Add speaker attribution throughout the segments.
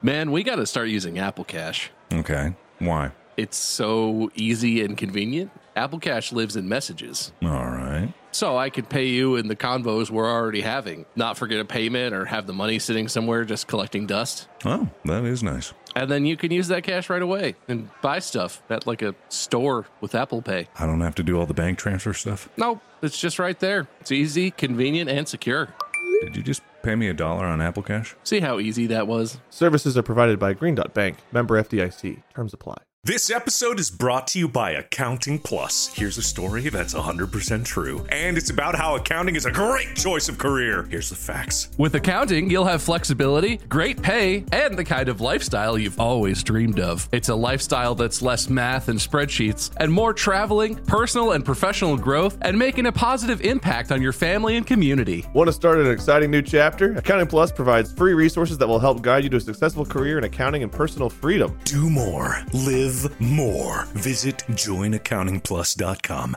Speaker 1: Man, we got to start using Apple Cash.
Speaker 2: Okay. Why?
Speaker 1: It's so easy and convenient. Apple Cash lives in messages.
Speaker 2: All right.
Speaker 1: So I could pay you in the convos we're already having, not forget a payment or have the money sitting somewhere just collecting dust.
Speaker 2: Oh, that is nice.
Speaker 1: And then you can use that cash right away and buy stuff at like a store with Apple Pay.
Speaker 2: I don't have to do all the bank transfer stuff.
Speaker 1: Nope, it's just right there. It's easy, convenient, and secure.
Speaker 2: Did you just pay me a dollar on Apple Cash?
Speaker 1: See how easy that was?
Speaker 3: Services are provided by Green Dot Bank, member FDIC. Terms apply.
Speaker 4: This episode is brought to you by Accounting Plus. Here's a story that's 100% true, and it's about how accounting is a great choice of career. Here's the facts.
Speaker 1: With accounting, you'll have flexibility, great pay, and the kind of lifestyle you've always dreamed of. It's a lifestyle that's less math and spreadsheets and more traveling, personal and professional growth, and making a positive impact on your family and community.
Speaker 3: Want to start an exciting new chapter? Accounting Plus provides free resources that will help guide you to a successful career in accounting and personal freedom.
Speaker 4: Do more, live more. Visit joinaccountingplus.com.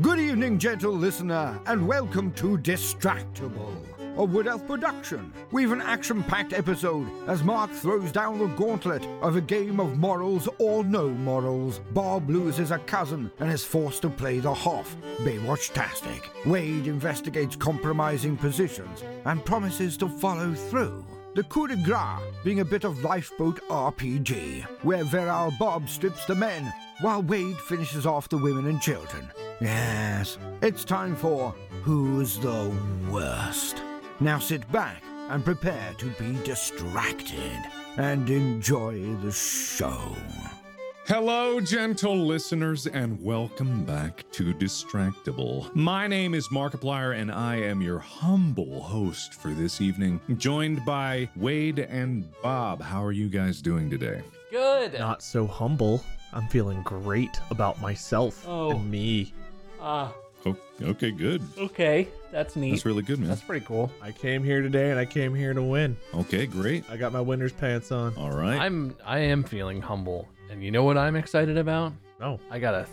Speaker 5: Good evening, gentle listener, and welcome to Distractable, a Wood Elf production. We've an action packed episode as Mark throws down the gauntlet of a game of morals or no morals. Bob loses a cousin and is forced to play the half, Baywatch Tastic. Wade investigates compromising positions and promises to follow through. The coup de grace being a bit of lifeboat RPG, where Viral Bob strips the men while Wade finishes off the women and children. Yes, it's time for Who's the Worst? Now sit back and prepare to be distracted and enjoy the show.
Speaker 6: Hello, gentle listeners, and welcome back to Distractable. My name is Markiplier, and I am your humble host for this evening, joined by Wade and Bob. How are you guys doing today?
Speaker 7: Good.
Speaker 8: not so humble. I'm feeling great about myself
Speaker 7: Oh.
Speaker 8: and me.
Speaker 7: Ah,
Speaker 6: Oh, okay, good.
Speaker 7: okay. That's neat.
Speaker 6: That's really good, man.
Speaker 7: That's pretty cool.
Speaker 8: I came here today and I came here to win.
Speaker 6: Okay, great.
Speaker 8: I got my winner's pants on.
Speaker 6: All right.
Speaker 7: I'm I am feeling humble. And you know what I'm excited about?
Speaker 8: No.
Speaker 7: I got a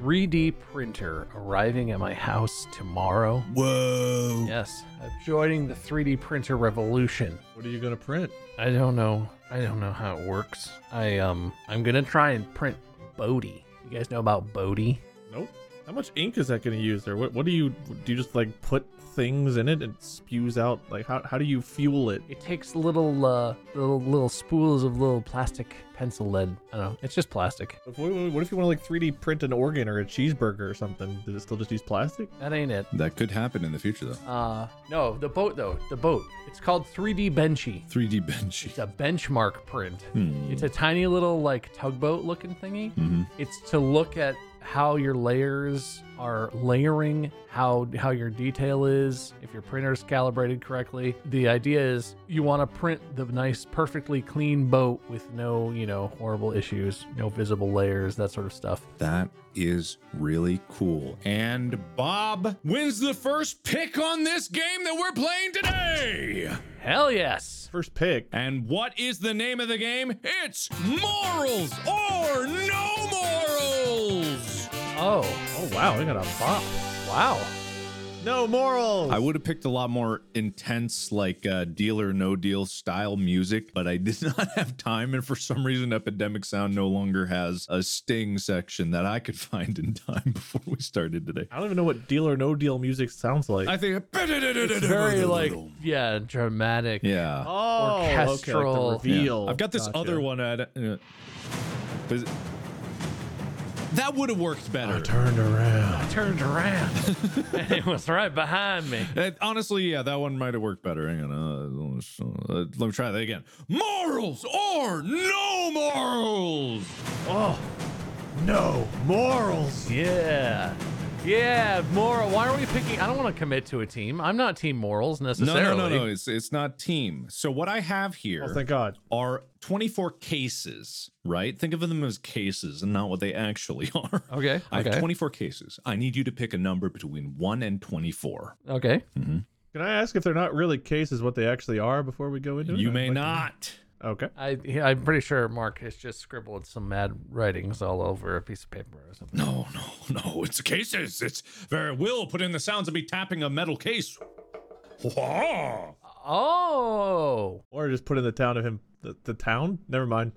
Speaker 7: 3D printer arriving at my house tomorrow.
Speaker 6: Whoa.
Speaker 7: Yes, I'm joining the 3D printer revolution.
Speaker 8: What are you going to print?
Speaker 7: I don't know. I don't know how it works. I um I'm going to try and print Bodhi. You guys know about Bodhi?
Speaker 8: Nope. How much ink is that going to use there? What, what do you do you just like put things in it and spews out like how, how do you fuel it?
Speaker 7: It takes little uh little little spools of little plastic pencil lead. I don't know. It's just plastic.
Speaker 8: If- What what if you want to like 3D print an organ or a cheeseburger or something? Does it still just use plastic?
Speaker 7: That ain't it.
Speaker 6: That could happen in the future, though.
Speaker 7: Uh, no, the boat though. The boat. It's called 3D Benchy.
Speaker 6: 3D Benji. Hmm.
Speaker 7: It's a benchmark print. It's a tiny little like tugboat looking thingy.
Speaker 6: Mm-hmm.
Speaker 7: It's to look at how your layers are layering, how how your detail is, if your printer's calibrated correctly. The idea is you want to print the nice, perfectly clean boat with no, you know, horrible issues, no visible layers, that sort of stuff.
Speaker 6: That is really cool. And Bob wins the first pick on this game that we're playing today.
Speaker 7: Hell yes.
Speaker 8: First pick.
Speaker 6: And what is the name of the game? It's Morals or No Morals.
Speaker 7: Oh,
Speaker 8: Oh wow, we got a bop.
Speaker 7: wow.
Speaker 8: No morals.
Speaker 6: I would have picked a lot more intense, like uh, deal or no deal style music, but I did not have time. And for some reason, Epidemic Sound no longer has a sting section that I could find in time before we started today.
Speaker 8: I don't even know what deal or no deal music sounds like.
Speaker 6: I think
Speaker 7: It's very like yeah, dramatic.
Speaker 6: yeah.
Speaker 8: oh, okay, like the
Speaker 7: orchestral.
Speaker 8: reveal.
Speaker 6: I've got this
Speaker 8: Gotcha.
Speaker 6: other one. At, uh, but it- that would have worked better.
Speaker 8: Turned around.
Speaker 7: Turned around and it was right behind me.
Speaker 6: Uh, honestly, yeah, that one might have worked better. Hang on, uh, uh, let me try that again. Morals or no morals?
Speaker 8: No morals.
Speaker 7: Yeah. Yeah, moral. Why are we picking? I don't want to commit to a team. I'm not team morals
Speaker 6: No, no,
Speaker 7: necessarily.
Speaker 6: no, no. It's it's not team. So what I have here
Speaker 8: Oh, thank God.
Speaker 6: are 24 cases, right? Think of them as cases and not what they actually are.
Speaker 7: Okay,
Speaker 6: I have
Speaker 7: okay.
Speaker 6: 24 cases. I need you to pick a number between 1 and 24.
Speaker 7: Okay.
Speaker 8: Can I ask if they're not really cases what they actually are before we go into it?
Speaker 6: You may
Speaker 8: Like-
Speaker 6: not.
Speaker 8: Okay.
Speaker 7: I I'm pretty sure Mark has just scribbled some mad writings all over a piece of paper or something.
Speaker 6: No, Oh, no, no. It's cases. It's very will put in the sounds of me tapping a metal case. Whoa.
Speaker 7: Oh.
Speaker 8: Or just put in the town of him. The, the town? Never mind.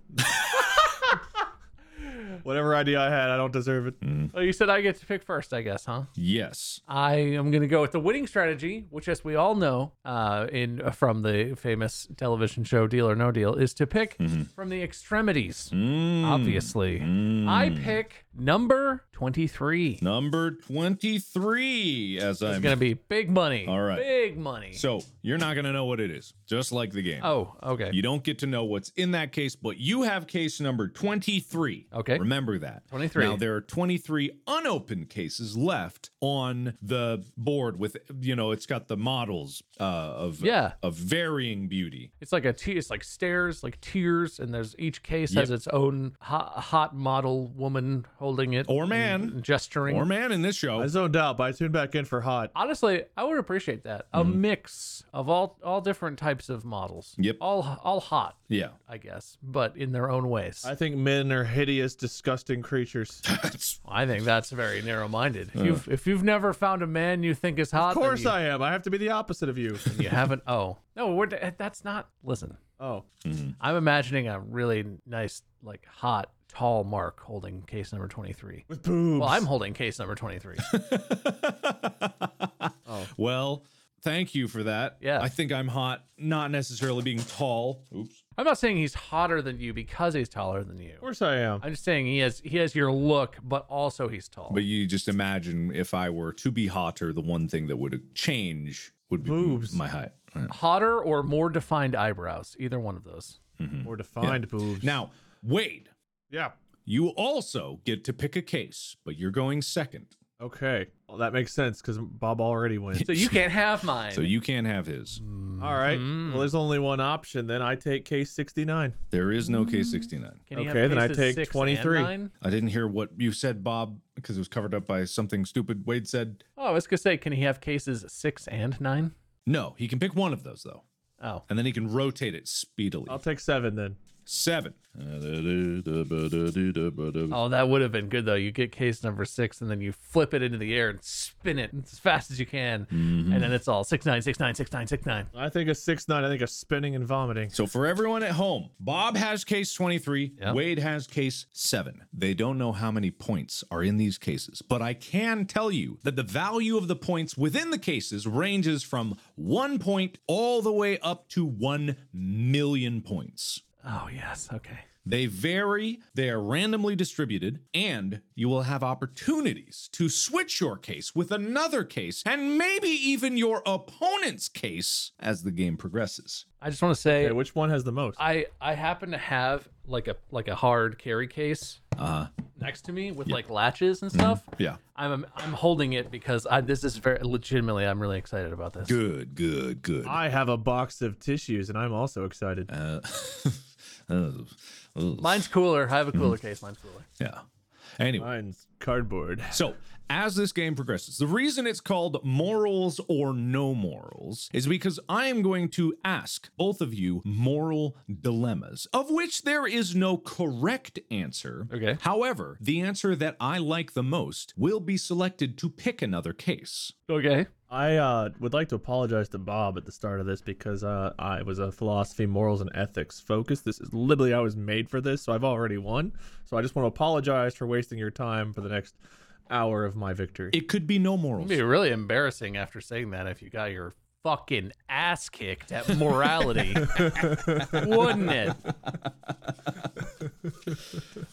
Speaker 8: Whatever idea I had, I don't deserve it.
Speaker 7: Oh, you said I get to pick first, I guess, huh?
Speaker 6: Yes.
Speaker 7: I am going to go with the winning strategy, which, as we all know, uh, in from the famous television show Deal or No Deal, is to pick
Speaker 6: Mm-hmm.
Speaker 7: from the extremities.
Speaker 6: Mm.
Speaker 7: Obviously, I pick number twenty-three.
Speaker 6: Number 23
Speaker 7: It's
Speaker 6: as I'm
Speaker 7: going to be big money.
Speaker 6: All right.
Speaker 7: big money.
Speaker 6: So, you're not going to know what it is. Just like the game.
Speaker 7: oh, okay.
Speaker 6: You don't get to know what's in that case, but you have case number 23.
Speaker 7: Okay.
Speaker 6: Remember that.
Speaker 7: 23.
Speaker 6: Now, there are 23 unopened cases left on the board with, you know, it's got the models uh, of,
Speaker 7: Yeah.
Speaker 6: of varying beauty.
Speaker 7: It's like a t- it's like stairs, like tiers, and there's each case has
Speaker 6: Yep.
Speaker 7: its own hot, hot model woman holding it
Speaker 6: Or
Speaker 7: and-
Speaker 6: man.
Speaker 7: and gesturing.
Speaker 6: Or man in this show.
Speaker 8: I zoned out, but I tuned back in for hot.
Speaker 7: Honestly, I would appreciate that a mix of all all different types of models.
Speaker 6: Yep.
Speaker 7: all all hot,
Speaker 6: yeah.
Speaker 7: I guess, but in their own ways.
Speaker 8: I think men are hideous, disgusting creatures. Of
Speaker 7: I think that's very narrow minded. If you've if you've never found a man you think is hot,
Speaker 8: course
Speaker 7: then
Speaker 8: I am. I have to be the opposite of you.
Speaker 7: you, you haven't. Oh no, we're, that's not. Listen,
Speaker 8: Oh,
Speaker 7: I'm imagining a really nice, like hot, tall Mark holding case number twenty three.
Speaker 8: with boobs.
Speaker 7: Well, I'm holding case number 23.
Speaker 6: Well, thank you for that.
Speaker 7: Yeah.
Speaker 6: I think I'm hot, not necessarily being tall. Oops.
Speaker 7: I'm not saying he's hotter than you because he's taller than you.
Speaker 8: Of course I am.
Speaker 7: I'm just saying he has he has your look, but also he's tall.
Speaker 6: But you just imagine if I were to be hotter, the one thing that would change would be
Speaker 8: Boobs.
Speaker 6: my height.
Speaker 7: Hotter or more defined eyebrows, either one of those.
Speaker 8: More defined boobs.
Speaker 6: Now, Wade,
Speaker 8: yeah.
Speaker 6: you also get to pick a case, but you're going second.
Speaker 8: Okay. Well, that makes sense because Bob already wins.
Speaker 7: So you can't have mine.
Speaker 6: So you can't have his.
Speaker 8: All right. Well, there's only one option. Then I take case 69.
Speaker 6: There is no case 69.
Speaker 7: Can you
Speaker 8: Okay,
Speaker 7: have
Speaker 8: then I
Speaker 7: cases
Speaker 8: take
Speaker 7: six and
Speaker 8: 23.
Speaker 7: nine?
Speaker 6: I didn't hear what you said, Bob, because it was covered up by something stupid Wade said.
Speaker 7: Oh, I was gonna say, can he have cases six and nine?
Speaker 6: No, he can pick one of those, though,
Speaker 7: Oh,
Speaker 6: and then he can rotate it speedily.
Speaker 8: I'll take seven then.
Speaker 6: Seven.
Speaker 7: oh, that would have been good though. You get case number six, and then you flip it into the air and spin it as fast as you can,
Speaker 8: Mm-hmm.
Speaker 7: and then it's all six nine six nine six nine six nine.
Speaker 8: I think a six nine. I think a spinning and vomiting.
Speaker 6: So for everyone at home, Bob has case 23,
Speaker 7: Yeah.
Speaker 6: Wade has case 7. They don't know how many points are in these cases, but I can tell you that the value of the points within the cases ranges from 1 point all the way up to 1 million points.
Speaker 7: Oh yes, okay.
Speaker 6: They vary, they are randomly distributed, and you will have opportunities to switch your case with another case and maybe even your opponent's case as the game progresses.
Speaker 7: I just want to say,
Speaker 8: Okay, which one has the most?
Speaker 7: I I happen to have like a like a hard carry case
Speaker 8: Uh-huh.
Speaker 7: next to me with like latches and stuff.
Speaker 6: Yeah.
Speaker 7: I'm I'm holding it because I this is very legitimately I'm really excited about this.
Speaker 6: Good, good, good.
Speaker 8: I have a box of tissues, and I'm also excited.
Speaker 6: Uh, oh, oh,
Speaker 7: Mine's cooler. I have a cooler case. Mine's cooler.
Speaker 6: yeah. Anyway,
Speaker 8: Mine's cardboard.
Speaker 6: so as this game progresses, the reason it's called morals or no morals is because I am going to ask both of you moral dilemmas, of which there is no correct answer.
Speaker 7: Okay.
Speaker 6: However, the answer that I like the most will be selected to pick another case.
Speaker 7: Okay.
Speaker 8: I uh, would like to apologize to Bob at the start of this because uh, I was a philosophy, morals, and ethics focus. This is literally I was made for this, so I've already won. So I just want to apologize for wasting your time for the next hour of my victory.
Speaker 6: It could be no morals.
Speaker 7: It'd be really embarrassing after saying that if you got your fucking ass kicked at morality, wouldn't it?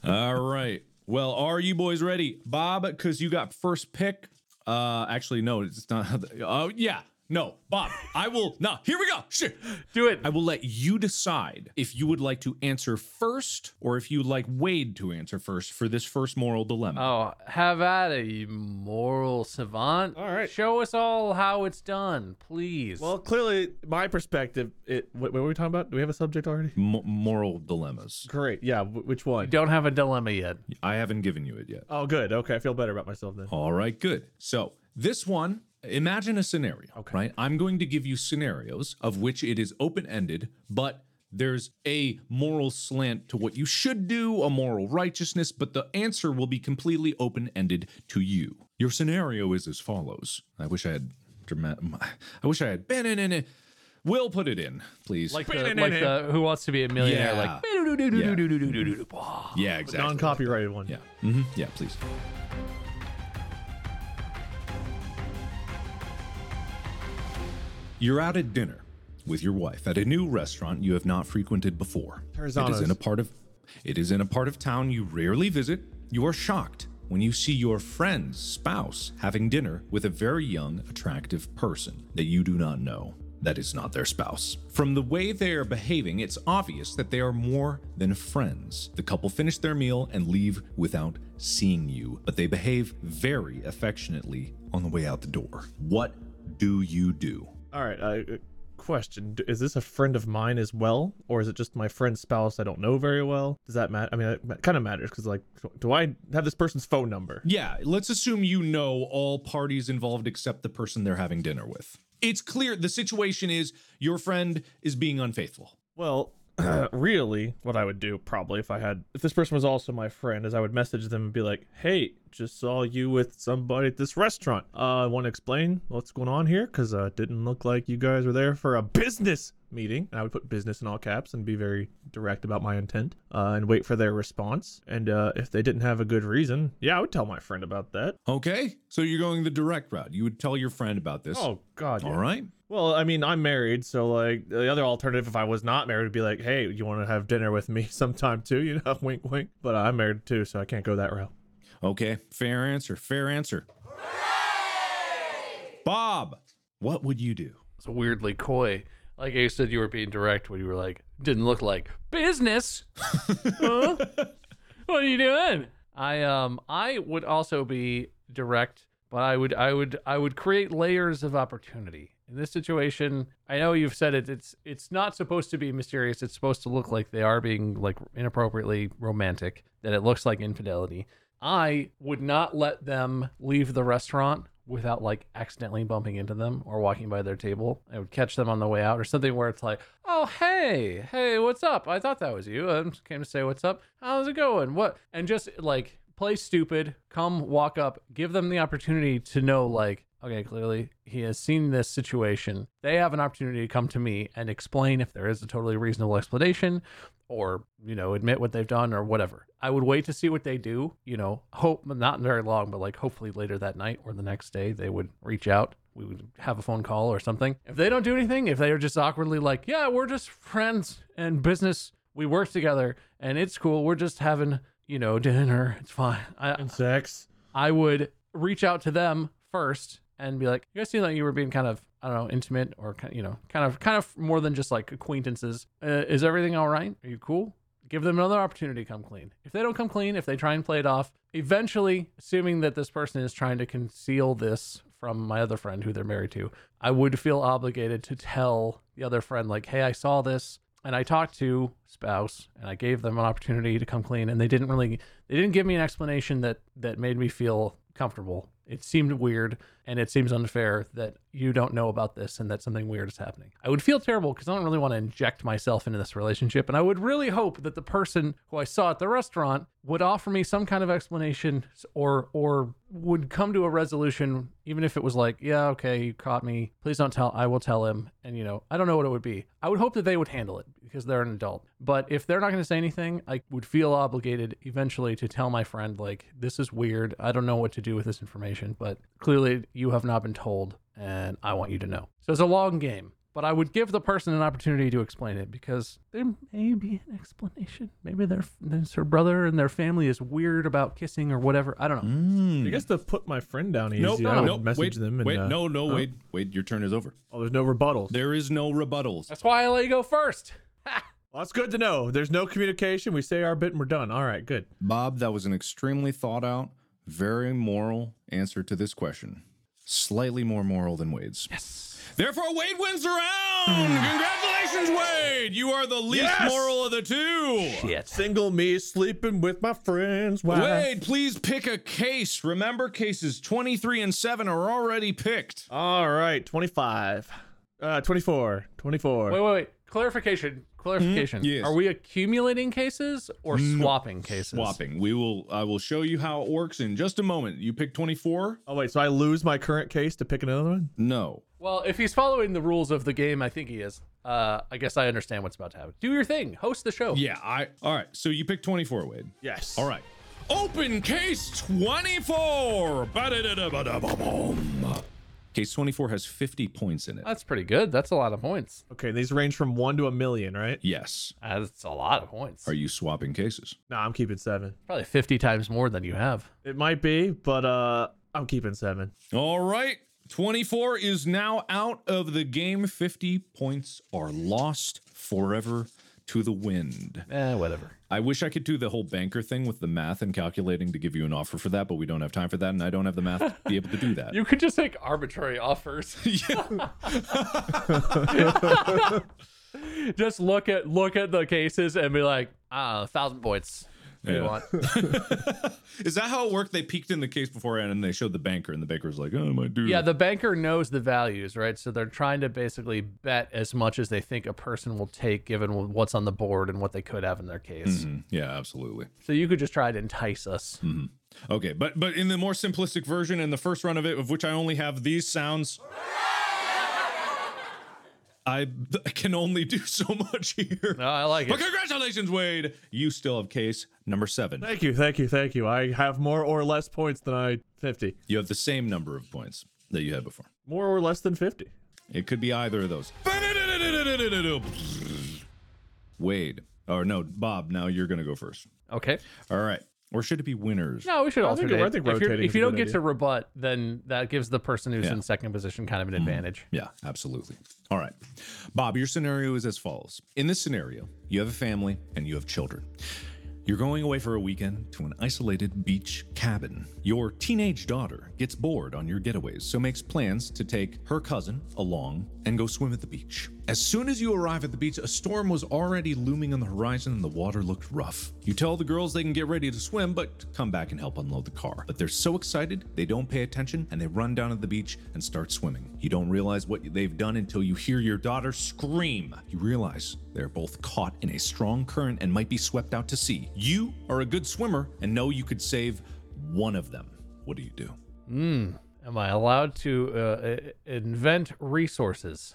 Speaker 6: All right. Well, are you boys ready, Bob? Because you got first pick. Uh, actually, no, it's not. how the- Oh, yeah. No, Bob, I will. No, here we go. Shit.
Speaker 7: Do it.
Speaker 6: I will let you decide if you would like to answer first or if you'd like Wade to answer first for this first moral dilemma.
Speaker 7: Oh, have at it, you moral savant. All
Speaker 8: right.
Speaker 7: Show us all how it's done, please.
Speaker 8: well, clearly, my perspective. It. What, what were we talking about? Do we have a subject already?
Speaker 6: Mo- moral dilemmas.
Speaker 8: Great. Yeah. wh- Which one?
Speaker 7: don't have a dilemma yet.
Speaker 6: I haven't given you it yet.
Speaker 8: Oh, good. Okay. I feel better about myself then.
Speaker 6: All right, good. So this one, imagine a scenario, right? I'm going to give you scenarios of which it is open ended, but there's a moral slant to what you should do, a moral righteousness, but the answer will be completely open ended to you. Your scenario is as follows. I wish I had dramatic. I wish I had been in it. We'll put it in, please.
Speaker 7: Like the, like the Who Wants to Be a Millionaire?
Speaker 6: Yeah.
Speaker 7: Like, "Boo-doo-doo-doo-doo-doo-doo-doo-doo-doo."
Speaker 6: yeah, exactly.
Speaker 8: Non-copyrighted one.
Speaker 6: Yeah. hmm Yeah, please. You're out at dinner with your wife at a new restaurant you have not frequented before. It
Speaker 8: Tarzano's.
Speaker 6: is in a part of it is in a part of town you rarely visit. You are shocked when you see your friend's spouse having dinner with a very young, attractive person that you do not know. That is not their spouse. From the way they are behaving, it's obvious that they are more than friends. The couple finish their meal and leave without seeing you, but they behave very affectionately on the way out the door. What do you do?
Speaker 8: All right. Uh, question: D- Is this a friend of mine as well, or is it just my friend's spouse I don't know very well? Does that matter? I mean, it kind of matters because, like, do I have this person's phone number?
Speaker 6: Yeah, let's assume you know all parties involved except the person they're having dinner with. It's clear the situation is your friend is being unfaithful.
Speaker 8: Well, really, what I would do probably if I had if this person was also my friend is I would message them and be like, "Hey, just saw you with somebody at this restaurant. Uh, want to explain what's going on here? Cause uh, it didn't look like you guys were there for a business meeting." And I would put business in all caps and be very direct about my intent uh, and wait for their response. And uh, if they didn't have a good reason, yeah, I would tell my friend about that.
Speaker 6: Okay, so you're going the direct route. You would tell your friend about this.
Speaker 8: Oh God, yeah.
Speaker 6: all right.
Speaker 8: Well, I mean, I'm married, so like the other alternative, if I was not married, would be like, hey, you want to have dinner with me sometime too? You know, wink, wink. But I'm married too, so I can't go that route.
Speaker 6: Okay, fair answer. Fair answer. Bob, what would you do?
Speaker 7: It's weirdly coy. Like you said, you were being direct when you were like, didn't look like business. Huh? What are you doing? I um I would also be direct, but I would I would I would create layers of opportunity. In this situation, I know you've said it. It's it's not supposed to be mysterious. It's supposed to look like they are being like inappropriately romantic. That it looks like infidelity. I would not let them leave the restaurant without like accidentally bumping into them or walking by their table. I would catch them on the way out or something where it's like, oh, hey, hey, what's up? I thought that was you. I just came to say what's up. How's it going? What? And just like play stupid, come walk up, give them the opportunity to know, like, okay, clearly he has seen this situation. They have an opportunity to come to me and explain if there is a totally reasonable explanation or you know admit what they've done or whatever i would wait to see what they do you know hope not very long but like hopefully later that night or the next day they would reach out we would have a phone call or something if they don't do anything if they are just awkwardly like yeah we're just friends and business we work together and it's cool we're just having you know dinner it's fine I,
Speaker 8: And sex.
Speaker 7: I would reach out to them first and be like, "You guys seem like you were being kind of, I don't know, intimate or ki- you know, kind of, kind of more than just like acquaintances. Uh, is everything all right? Are you cool?" Give them another opportunity to come clean. If they don't come clean, if they try and play it off, eventually, assuming that this person is trying to conceal this from my other friend who they're married to, I would feel obligated to tell the other friend, like, hey, I saw this and I talked to spouse and I gave them an opportunity to come clean and they didn't really they didn't give me an explanation that that made me feel comfortable It seemed weird and it seems unfair that you don't know about this and that something weird is happening. I would feel terrible because I don't really want to inject myself into this relationship. And I would really hope that the person who I saw at the restaurant would offer me some kind of explanation or or would come to a resolution, even if it was like, yeah, okay, you caught me. Please don't tell. I will tell him. And, you know, I don't know what it would be. I would hope that they would handle it because they're an adult. But if they're not going to say anything, I would feel obligated eventually to tell my friend, like, this is weird. I don't know what to do with this information, but clearly you have not been told and I want you to know. So it's a long game. But I would give the person an opportunity to explain it because there may be an explanation. Maybe their there's her brother and their family is weird about kissing or whatever. I don't know.
Speaker 8: I guess to put my friend down easy,
Speaker 6: Hmm. Nope,
Speaker 8: I would
Speaker 6: nope.
Speaker 8: message
Speaker 6: wait,
Speaker 8: them. And,
Speaker 6: wait,
Speaker 8: uh,
Speaker 6: no, no, wait, wait. Your turn is over.
Speaker 8: Oh, there's no rebuttals.
Speaker 6: There is no rebuttals.
Speaker 7: That's why I let you go first.
Speaker 8: Well, that's good to know. There's no communication. We say our bit and we're done. All right, good.
Speaker 6: Bob, that was an extremely thought out, very moral answer to this question. Slightly more moral than Wade's. Yes. Therefore, Wade wins the round. Congratulations, Wade. You are the least
Speaker 8: Yes!
Speaker 6: moral of the two.
Speaker 8: Single me sleeping with my friends. Why?
Speaker 6: Wade, please pick a case. Remember, cases 23 and 7 are already picked.
Speaker 8: All right, 25. Uh, 24. 24.
Speaker 7: Wait, wait, wait. Clarification. Clarification.
Speaker 6: Hmm? yes.
Speaker 7: Are we accumulating cases or swapping cases?
Speaker 6: Swapping. We will I will show you how it works in just a moment. You pick 24?
Speaker 8: Oh, wait, so I lose my current case to pick another one?
Speaker 6: No.
Speaker 7: Well, if he's following the rules of the game, I think he is. Uh, I guess I understand what's about to happen. Do your thing. Host the show.
Speaker 6: Yeah, I All right. So you pick 24, Wade.
Speaker 8: Yes.
Speaker 6: All right. Open case 24. Ba-da-da-da-ba-da-ba-boom. Case 24 has 50 points in it.
Speaker 7: That's pretty good. That's a lot of points.
Speaker 8: Okay, these range from one to a million, right?
Speaker 6: Yes.
Speaker 7: That's a lot of points.
Speaker 6: Are you swapping cases?
Speaker 8: No, I'm keeping seven.
Speaker 7: Probably 50 times more than you have.
Speaker 8: It might be, but uh, I'm keeping seven.
Speaker 6: All right. 24 is now out of the game. 50 points are lost forever to the wind.
Speaker 7: Eh, whatever.
Speaker 6: I wish I could do the whole banker thing with the math and calculating to give you an offer for that, but we don't have time for that, and I don't have the math to be able to do that.
Speaker 7: You could just take arbitrary offers. just look at look at the cases and be like, ah, a thousand points. What do you
Speaker 6: Yeah.
Speaker 7: want?
Speaker 6: Is that how it worked? They peeked in the case beforehand and they showed the banker, and the banker was like, oh, my dude.
Speaker 8: Hmm.
Speaker 7: Yeah, the banker knows the values, right? So they're trying to basically bet as much as they think a person will take given what's on the board and what they could have in their case.
Speaker 8: Hmm.
Speaker 6: yeah, absolutely.
Speaker 7: So you could just try to entice us.
Speaker 6: Okay, but but in the more simplistic version, in the first run of it, of which I only have these sounds, I b- can only do so much here.
Speaker 7: No, I like
Speaker 6: But
Speaker 7: it.
Speaker 6: congratulations, Wade! You still have case number seven.
Speaker 8: Thank you, thank you, thank you. I have more or less points than I 50.
Speaker 6: You have the same number of points that you had before.
Speaker 8: More or less than 50.
Speaker 6: It could be either of those. Wade, or no, Bob. Now you're gonna go first.
Speaker 7: Okay.
Speaker 6: All right, or should it be winners?
Speaker 7: No, we should
Speaker 8: think-
Speaker 7: alternate.
Speaker 8: I think
Speaker 7: if, you're-
Speaker 8: rotating
Speaker 7: if
Speaker 8: is
Speaker 7: you
Speaker 8: a
Speaker 7: don't
Speaker 8: good
Speaker 7: get
Speaker 8: idea.
Speaker 7: to rebut, then that gives the person who's
Speaker 6: Yeah.
Speaker 7: in second position kind of
Speaker 8: Hmm.
Speaker 7: an advantage.
Speaker 6: Yeah, absolutely. All right. Bob, your scenario is as follows. In this scenario, you have a family and you have children. You're going away for a weekend to an isolated beach cabin. Your teenage daughter gets bored on your getaways, so makes plans to take her cousin along and go swim at the beach. As soon as you arrive at the beach, a storm was already looming on the horizon and the water looked rough. You tell the girls they can get ready to swim, but come back and help unload the car. But they're so excited, they don't pay attention and they run down to the beach and start swimming. You don't realize what they've done until you hear your daughter scream. You realize they're both caught in a strong current and might be swept out to sea. You are a good swimmer and know you could save one of them. What do you do?
Speaker 7: Am I allowed to uh, i- invent resources?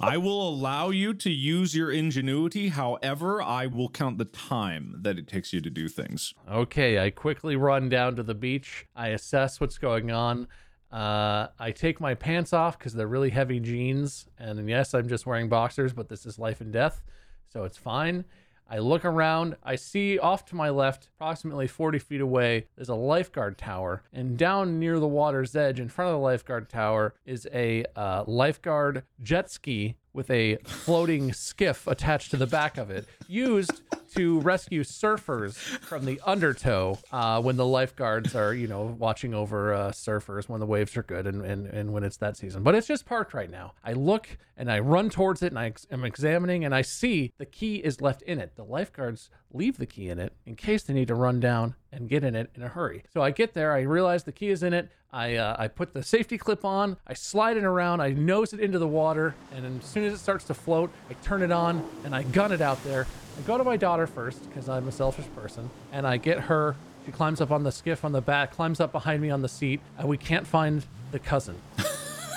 Speaker 6: I will allow you to use your ingenuity. However, I will count the time that it takes you to do things.
Speaker 7: Okay, I quickly run down to the beach. I assess what's going on. Uh, I take my pants off because they're really heavy jeans. And yes, I'm just wearing boxers, but this is life and death. So it's fine. I look around. I see off to my left, approximately 40 feet away, there's a lifeguard tower. And down near the water's edge, in front of the lifeguard tower, is a uh, lifeguard jet ski with a floating skiff attached to the back of it, used to rescue surfers from the undertow uh, when the lifeguards are, you know, watching over uh, surfers when the waves are good and, and, and when it's that season. But it's just parked right now. I look and I run towards it and I ex- am examining and I see the key is left in it. The lifeguards leave the key in it in case they need to run down and get in it in a hurry. So I get there, I realize the key is in it. I, uh, I put the safety clip on, I slide it around, I nose it into the water, and then as soon as it starts to float, I turn it on and I gun it out there. I go to my daughter first because I'm a selfish person, and I get her. She climbs up on the skiff on the back, climbs up behind me on the seat, and we can't find the cousin.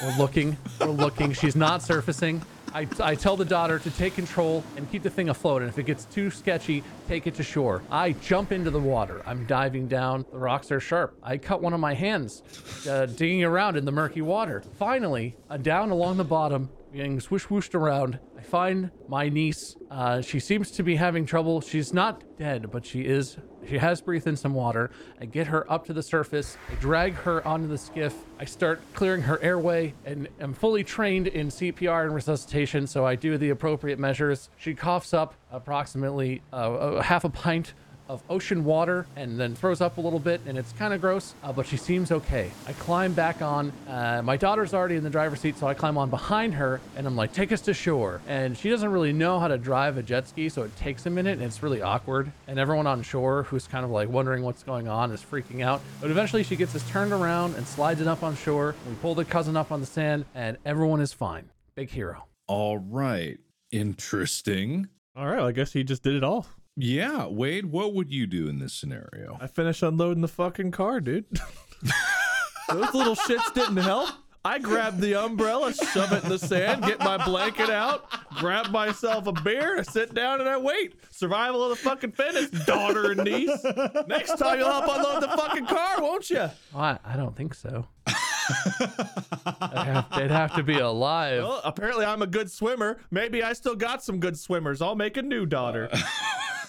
Speaker 7: We're looking, we're looking. She's not surfacing. I, I tell the daughter to take control and keep the thing afloat. And if it gets too sketchy, take it to shore. I jump into the water. I'm diving down. The rocks are sharp. I cut one of my hands, uh, digging around in the murky water. Finally, uh, down along the bottom, getting swish whooshed around, I find my niece. Uh, she seems to be having trouble. She's not dead, but she is. She has breathed in some water. I get her up to the surface. I drag her onto the skiff. I start clearing her airway and am fully trained in CPR and resuscitation, so I do the appropriate measures. She coughs up approximately uh, uh, half a pint of ocean water and then throws up a little bit and it's kind of gross uh, but she seems okay i climb back on uh, my daughter's already in the driver's seat so i climb on behind her and i'm like take us to shore and she doesn't really know how to drive a jet ski so it takes a minute and it's really awkward and everyone on shore who's kind of like wondering what's going on is freaking out but eventually she gets us turned around and slides it up on shore we pull the cousin up on the sand and everyone is fine big hero
Speaker 6: All right. Interesting.
Speaker 8: All right, well, I guess he just did it all.
Speaker 6: Yeah, Wade, what would you do in this scenario?
Speaker 8: I finished unloading the fucking car, dude. Those little shits didn't help. I grabbed the umbrella, shove it in the sand, get my blanket out, grab myself a beer, I sit down, and I wait. Survival of the fucking fittest, daughter and niece. Next time you'll help unload the fucking car, won't you?
Speaker 7: well, I, I don't think so they'd, have, they'd have to be alive
Speaker 8: Well, Oh, apparently I'm a good swimmer. Maybe I still got some good swimmers. I'll make a new daughter.
Speaker 6: Uh.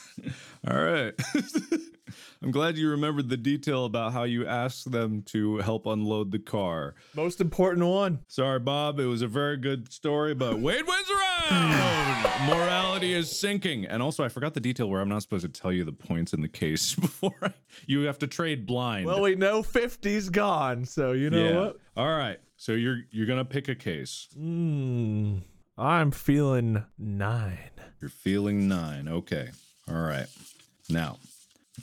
Speaker 6: All right. I'm glad you remembered the detail about how you asked them to help unload the car.
Speaker 8: Most important one.
Speaker 6: Sorry, Bob. It was a very good story, but Wade wins around. Morality is sinking. And also, I forgot the detail where I'm not supposed to tell you the points in the case before I, you have to trade blind.
Speaker 8: Well, we know 50's gone, so you know
Speaker 6: Yeah.
Speaker 8: what?
Speaker 6: All right. So you're you're gonna pick a case.
Speaker 8: Hmm. I'm feeling nine.
Speaker 6: You're feeling nine. Okay. All right. Now,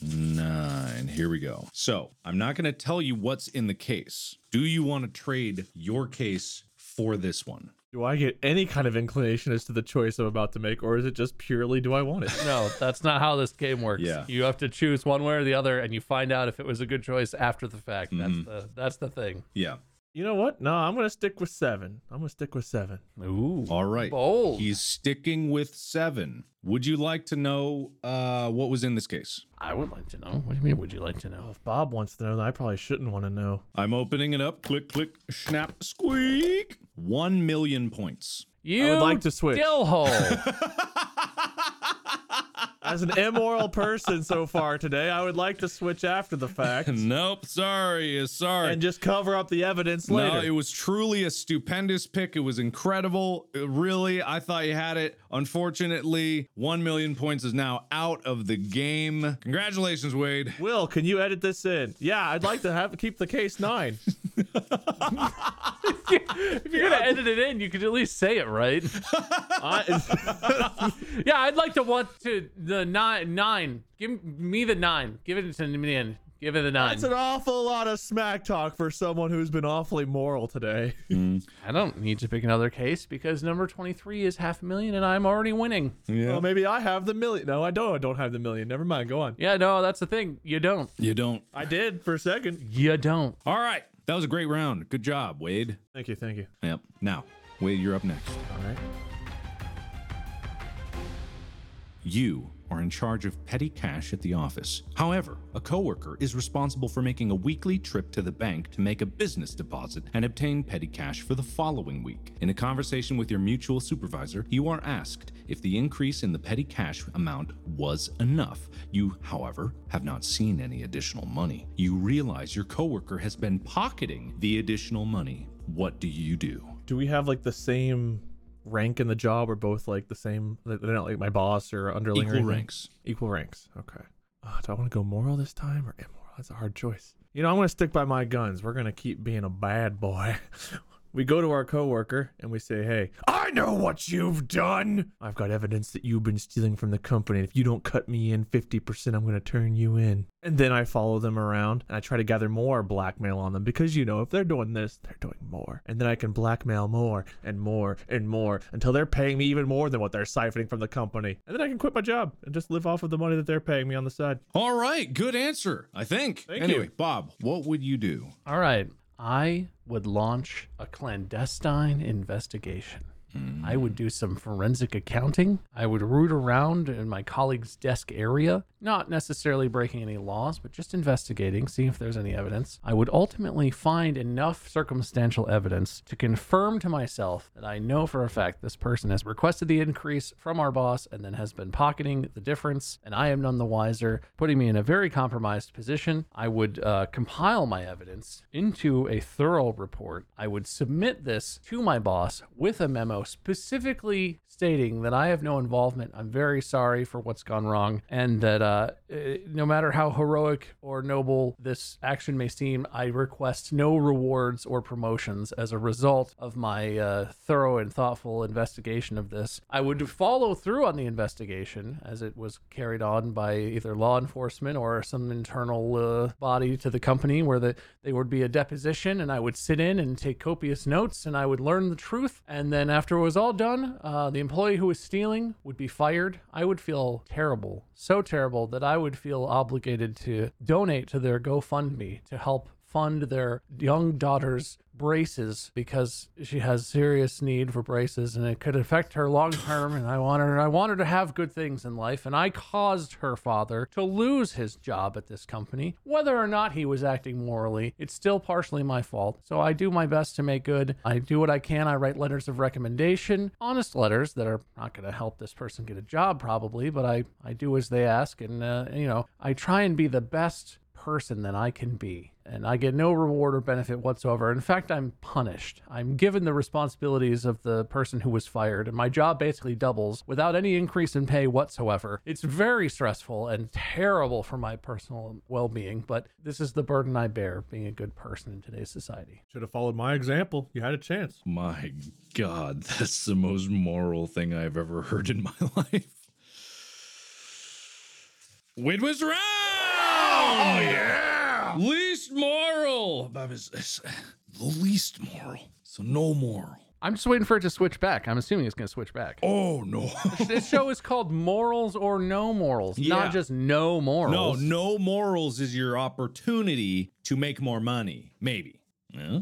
Speaker 6: nine. Here we go. So I'm not going to tell you what's in the case. Do you want to trade your case for this one?
Speaker 8: Do I get any kind of inclination as to the choice I'm about to make, or is it just purely do I want it?
Speaker 7: No, that's not how this game works.
Speaker 6: Yeah.
Speaker 7: You have to choose one way or the other, and you find out if it was a good choice after the fact.
Speaker 8: Mm-hmm.
Speaker 7: That's the that's the thing.
Speaker 6: Yeah.
Speaker 8: you know what? No, I'm gonna stick with seven. I'm gonna stick with seven.
Speaker 7: Ooh.
Speaker 6: All right.
Speaker 7: Bold.
Speaker 6: He's sticking with seven. Would you like to know uh, what was in this case?
Speaker 7: I would like to know. What do you mean? Would you like to know?
Speaker 8: If Bob wants to know, then I probably shouldn't want to know.
Speaker 6: I'm opening it up. Click, click, snap, squeak. One million points.
Speaker 7: You
Speaker 8: like to switch.
Speaker 7: Dill hole.
Speaker 8: As an immoral person so far today, I would like to switch after the fact
Speaker 6: Nope. Sorry. Sorry.
Speaker 8: and just cover up the evidence
Speaker 6: No, it
Speaker 8: later.
Speaker 6: was truly a stupendous pick. It was incredible. It really, I thought you had it. Unfortunately, 1 million points is now out of the game. Congratulations, Wade.
Speaker 8: Will, can you edit this in? Yeah, I'd like to have keep the case nine.
Speaker 7: if you're gonna edit it in, you could at least say it right.
Speaker 8: I,
Speaker 7: Yeah, I'd like to want to the nine nine. Give me the nine. Give it to me. in. Give it the nine.
Speaker 8: That's an awful lot of smack talk for someone who's been awfully moral today.
Speaker 7: I don't need to pick another case because number twenty three is half a million, and I'm already winning.
Speaker 8: Well, maybe I have the million. No, I don't. I don't have the million. Never mind. Go on.
Speaker 7: Yeah, no, that's the thing. You don't.
Speaker 6: You don't.
Speaker 8: I did for a second.
Speaker 7: You don't.
Speaker 6: All right. That was a great round. Good job, Wade.
Speaker 8: Thank you. Thank you.
Speaker 6: Yep. Now, Wade, you're up next.
Speaker 8: All right.
Speaker 6: You are in charge of petty cash at the office. However, a coworker is responsible for making a weekly trip to the bank to make a business deposit and obtain petty cash for the following week. In a conversation with your mutual supervisor, you are asked if the increase in the petty cash amount was enough. You, however, have not seen any additional money. You realize your coworker has been pocketing the additional money. What do you do?
Speaker 8: Do we have like the same rank in the job are both like the same? They're not like my boss or underling. or
Speaker 6: Equal
Speaker 8: anything?
Speaker 6: ranks.
Speaker 8: Equal ranks. Okay. Uh, do I want to go moral this time or immoral? That's a hard choice. You know, I'm going to stick by my guns. We're going to keep being a bad boy. we go to our coworker and we say, "Hey, I know what you've done. I've got evidence that you've been stealing from the company. If you don't cut me in 50%, I'm going to turn you in." And then I follow them around and I try to gather more blackmail on them because you know, if they're doing this, they're doing more. And then I can blackmail more and more and more until they're paying me even more than what they're siphoning from the company. And then I can quit my job and just live off of the money that they're paying me on the side.
Speaker 6: All right, good answer, I think.
Speaker 8: Thank
Speaker 6: anyway,
Speaker 8: you.
Speaker 6: Bob, what would you do?
Speaker 7: All right. I would launch a clandestine investigation. I would do some forensic accounting. I would root around in my colleague's desk area, not necessarily breaking any laws, but just investigating, seeing if there's any evidence. I would ultimately find enough circumstantial evidence to confirm to myself that I know for a fact this person has requested the increase from our boss and then has been pocketing the difference, and I am none the wiser, putting me in a very compromised position. I would uh, compile my evidence into a thorough report. I would submit this to my boss with a memo specifically stating that I have no involvement. I'm very sorry for what's gone wrong, and that uh, eh, no matter how heroic or noble this action may seem, I request no rewards or promotions as a result of my uh, thorough and thoughtful investigation of this. I would follow through on the investigation as it was carried on by either law enforcement or some internal uh, body to the company where the, they would be a deposition and I would sit in and take copious notes and I would learn the truth. And then after it was all done, uh, the employee who was stealing would be fired. I would feel terrible, so terrible that I would feel obligated to donate to their GoFundMe to help fund their young daughter's braces because she has serious need for braces and it could affect her long term and I want her I want her to have good things in life and I caused her father to lose his job at this company whether or not he was acting morally it's still partially my fault so I do my best to make good I do what I can I write letters of recommendation honest letters that are not going to help this person get a job probably but I I do as they ask and uh, you know I try and be the best person that I can be. And I get no reward or benefit whatsoever. In fact, I'm punished. I'm given the responsibilities of the person who was fired, and my job basically doubles without any increase in pay whatsoever. It's very stressful and terrible for my personal well being, but this is the burden I bear being a good person in today's society.
Speaker 8: Should have followed my example. You had a chance.
Speaker 6: My God, that's the most moral thing I've ever heard in my life. Win was round! Oh, yeah! Least moral! Bob is, is the least moral. So no moral.
Speaker 7: I'm just waiting for it to switch back. I'm assuming it's going to switch back.
Speaker 6: Oh, no.
Speaker 7: This show is called Morals or No Morals,
Speaker 6: Yeah.
Speaker 7: not just No
Speaker 6: no,
Speaker 7: Morals.
Speaker 6: no morals is your opportunity to make more money. Maybe. Yeah?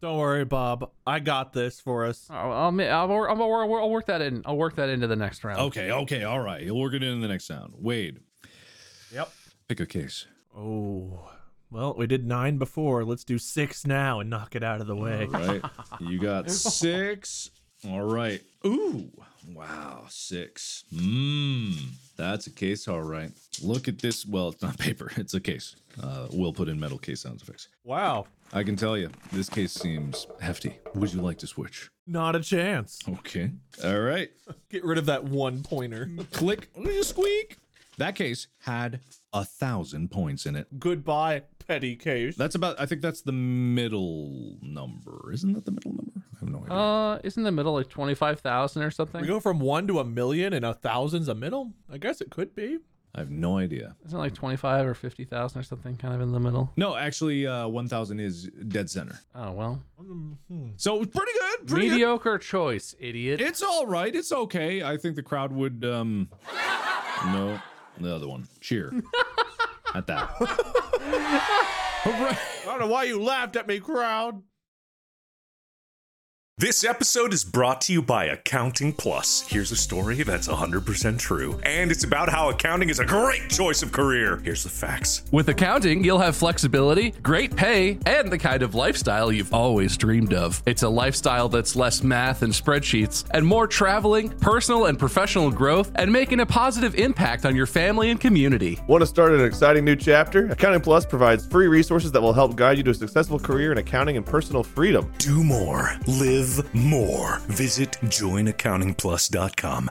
Speaker 8: Don't worry, Bob. I got this for us.
Speaker 7: I'll, I'll, I'll, wor- I'll, wor- I'll work that in. I'll work that into the next round.
Speaker 6: Okay, okay, all right. You'll work it in the next sound. Wade,
Speaker 8: Yep.
Speaker 6: pick a case.
Speaker 8: Oh. Well, we did nine before. Let's do six now and knock it out of the way.
Speaker 6: right? You got six. All right. Ooh, wow, six. Mmm, that's a case. All right. Look at this. Well, it's not paper. It's a case. Uh, we'll put in metal case sound effects.
Speaker 8: Wow.
Speaker 6: I can tell you, this case seems hefty. Would you like to switch?
Speaker 8: Not a chance.
Speaker 6: Okay. All right.
Speaker 8: Get rid of that one pointer.
Speaker 6: Click. Squeak. That case had a thousand points in it.
Speaker 8: Goodbye, petty case.
Speaker 6: That's about. I think that's the middle number. Isn't that the middle number? I have no idea.
Speaker 7: Uh, isn't the middle like twenty five thousand or something?
Speaker 8: We go from one to a million and a thousand's a middle? I guess it could be.
Speaker 6: I have no idea.
Speaker 7: Isn't it like twenty five or fifty thousand or something kind of in the middle?
Speaker 6: No, actually, uh, 1,000 is dead center.
Speaker 7: Oh well,
Speaker 6: So it was pretty good. Pretty good.
Speaker 7: mediocre choice, idiot.
Speaker 6: It's all right. It's okay. I think the crowd would. um No, the other one. Cheer. At that.
Speaker 8: I don't know why you laughed at me, crowd.
Speaker 4: This episode is brought to you by Accounting Plus. Here's a story that's 100% true, and it's about how accounting is a great choice of career. Here's the facts.
Speaker 1: With accounting, you'll have flexibility, great pay, and the kind of lifestyle you've always dreamed of. It's a lifestyle that's less math and spreadsheets, and more traveling, personal and professional growth, and making a positive impact on your family and community.
Speaker 3: Want to start an exciting new chapter? Accounting Plus provides free resources that will help guide you to a successful career in accounting and personal freedom.
Speaker 4: Do more, live with more. Visit joinaccountingplus.com.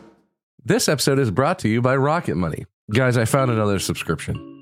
Speaker 1: This episode is brought to you by Rocket Money. Guys, I found another subscription.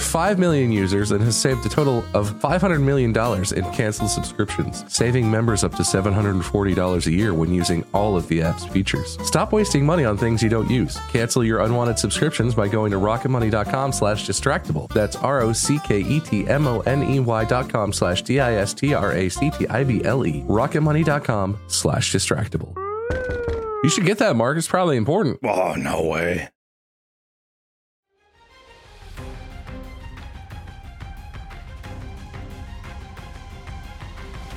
Speaker 1: 5 million users and has saved a total of $500 million in canceled subscriptions, saving members up to $740 a year when using all of the app's features. Stop wasting money on things you don't use. Cancel your unwanted subscriptions by going to rocketmoney.com slash distractable. That's E R-O-C-K-E-T-M-O-N-E-Y dot com slash D-I-S-T-R-A-C-T-I-V-L-E. Rocketmoney.com slash distractable. You should get that, Mark. It's probably important.
Speaker 9: Oh, no way.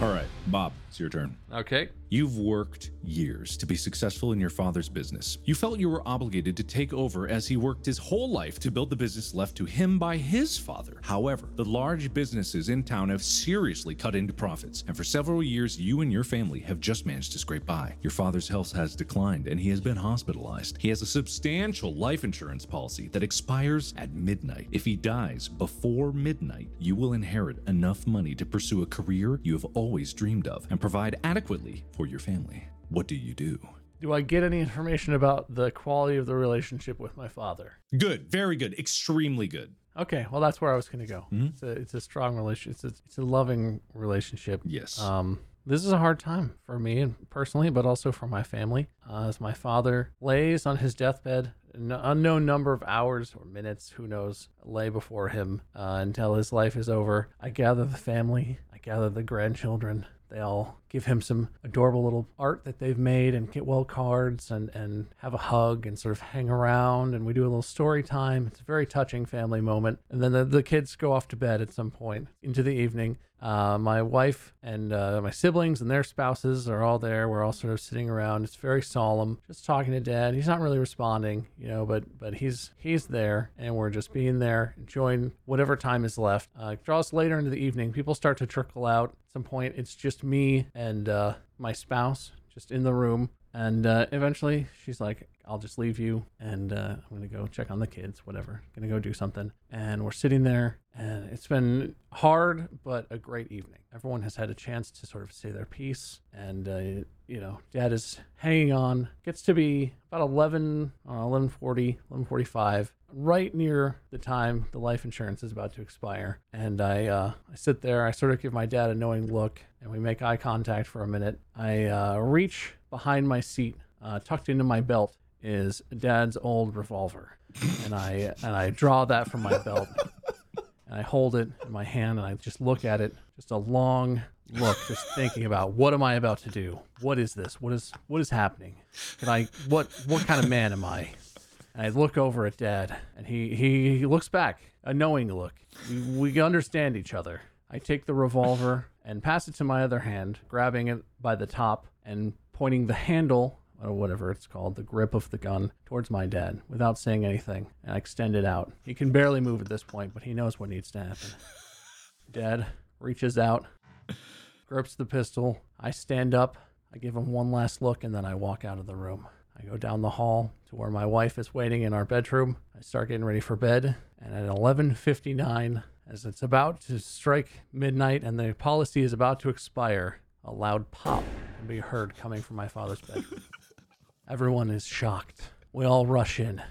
Speaker 6: All right, Bob, it's your turn.
Speaker 1: Okay.
Speaker 6: You've worked years to be successful in your father's business. You felt you were obligated to take over as he worked his whole life to build the business left to him by his father. However, the large businesses in town have seriously cut into profits, and for several years, you and your family have just managed to scrape by. Your father's health has declined, and he has been hospitalized. He has a substantial life insurance policy that expires at midnight. If he dies before midnight, you will inherit enough money to pursue a career you have always dreamed of and provide adequately for your family. What do you do?
Speaker 7: Do I get any information about the quality of the relationship with my father?
Speaker 6: Good, very good, extremely good.
Speaker 7: Okay, well that's where I was going to go.
Speaker 6: Mm-hmm.
Speaker 7: It's a it's a strong relationship. It's a, it's a loving relationship.
Speaker 6: Yes.
Speaker 7: Um, this is a hard time for me and personally, but also for my family, uh, as my father lays on his deathbed. An unknown number of hours or minutes, who knows, lay before him uh, until his life is over. I gather the family, I gather the grandchildren. They all give him some adorable little art that they've made and get well cards and, and have a hug and sort of hang around. And we do a little story time. It's a very touching family moment. And then the, the kids go off to bed at some point into the evening. Uh, my wife and uh, my siblings and their spouses are all there. We're all sort of sitting around. It's very solemn, just talking to dad. He's not really responding, you know, but but he's he's there, and we're just being there, enjoying whatever time is left. Uh, it draws later into the evening. People start to trickle out. At some point, it's just me and uh, my spouse just in the room. And uh, eventually, she's like, "I'll just leave you, and uh, I'm gonna go check on the kids, whatever. gonna go do something." And we're sitting there, and it's been hard, but a great evening. Everyone has had a chance to sort of say their piece, and uh, you know, Dad is hanging on. Gets to be about 11, uh, 1140, 1145, right near the time the life insurance is about to expire. And I, uh, I sit there. I sort of give my dad a knowing look, and we make eye contact for a minute. I uh, reach behind my seat, uh, tucked into my belt, is Dad's old revolver, and I and I draw that from my belt, and I hold it in my hand, and I just look at it, just a long look, just thinking about what am I about to do? What is this? What is what is happening? Can I? What what kind of man am I? And I look over at Dad, and he he looks back, a knowing look. We, we understand each other. I take the revolver and pass it to my other hand, grabbing it by the top and pointing the handle or whatever it's called, the grip of the gun towards my dad without saying anything, and I extend it out. He can barely move at this point, but he knows what needs to happen. Dad reaches out, grips the pistol. I stand up. I give him one last look and then I walk out of the room. I go down the hall to where my wife is waiting in our bedroom. I start getting ready for bed, and at 11:59, as it's about to strike midnight and the policy is about to expire, a loud pop can be heard coming from my father's bedroom. Everyone is shocked. We all rush in.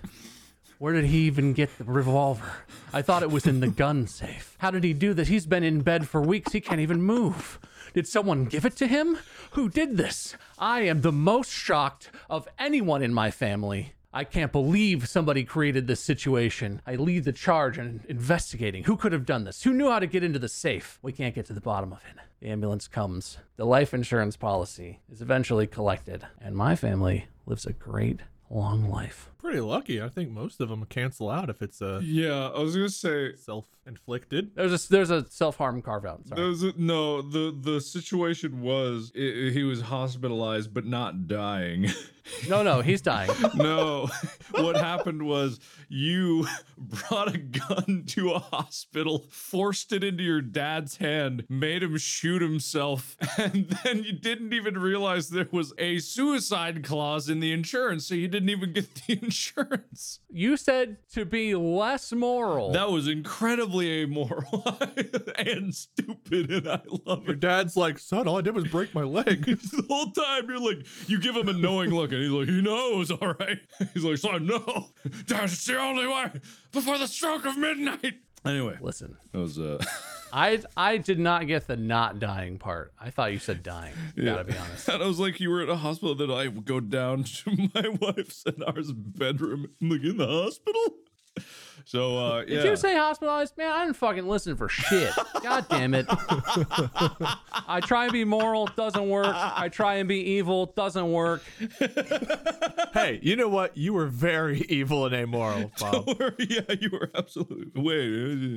Speaker 7: Where did he even get the revolver? I thought it was in the gun safe. How did he do this? He's been in bed for weeks. He can't even move. Did someone give it to him? Who did this? I am the most shocked of anyone in my family. I can't believe somebody created this situation. I lead the charge in investigating who could have done this, who knew how to get into the safe. We can't get to the bottom of it. The ambulance comes. The life insurance policy is eventually collected, and my family lives a great long life.
Speaker 8: Pretty lucky. I think most of them cancel out if it's uh,
Speaker 6: Yeah, I was gonna say
Speaker 8: self-inflicted.
Speaker 7: There's a there's a self harm carve out. Sorry.
Speaker 6: Those, no, the the situation was i i- he was hospitalized but not dying.
Speaker 7: No, no, he's dying.
Speaker 6: no, what happened was you brought a gun to a hospital, forced it into your dad's hand, made him shoot himself, and then you didn't even realize there was a suicide clause in the insurance, so you didn't even get the insurance.
Speaker 7: you said to be less moral.
Speaker 6: That was incredibly amoral and stupid, and I love it.
Speaker 8: Your dad's like, son, all I did was break my leg.
Speaker 6: the whole time you're like, you give him a knowing look, and he's like, he knows, all right. He's like, son, no, that's the only way before the stroke of midnight. Anyway,
Speaker 7: Listen,
Speaker 6: that was uh,
Speaker 7: I I did not get the not dying part. I thought you said dying. Gotta be honest.
Speaker 6: that was like you were at a hospital. Then I would go down to my wife's and ours bedroom, like in the hospital. So uh, yeah,
Speaker 7: Did you say hospitalized? Man, I didn't fucking listen for shit. God damn it. I try and be moral, doesn't work. I try and be evil, doesn't work.
Speaker 8: hey, you know what? You were very evil and amoral, Bob.
Speaker 6: yeah, you were absolutely wait.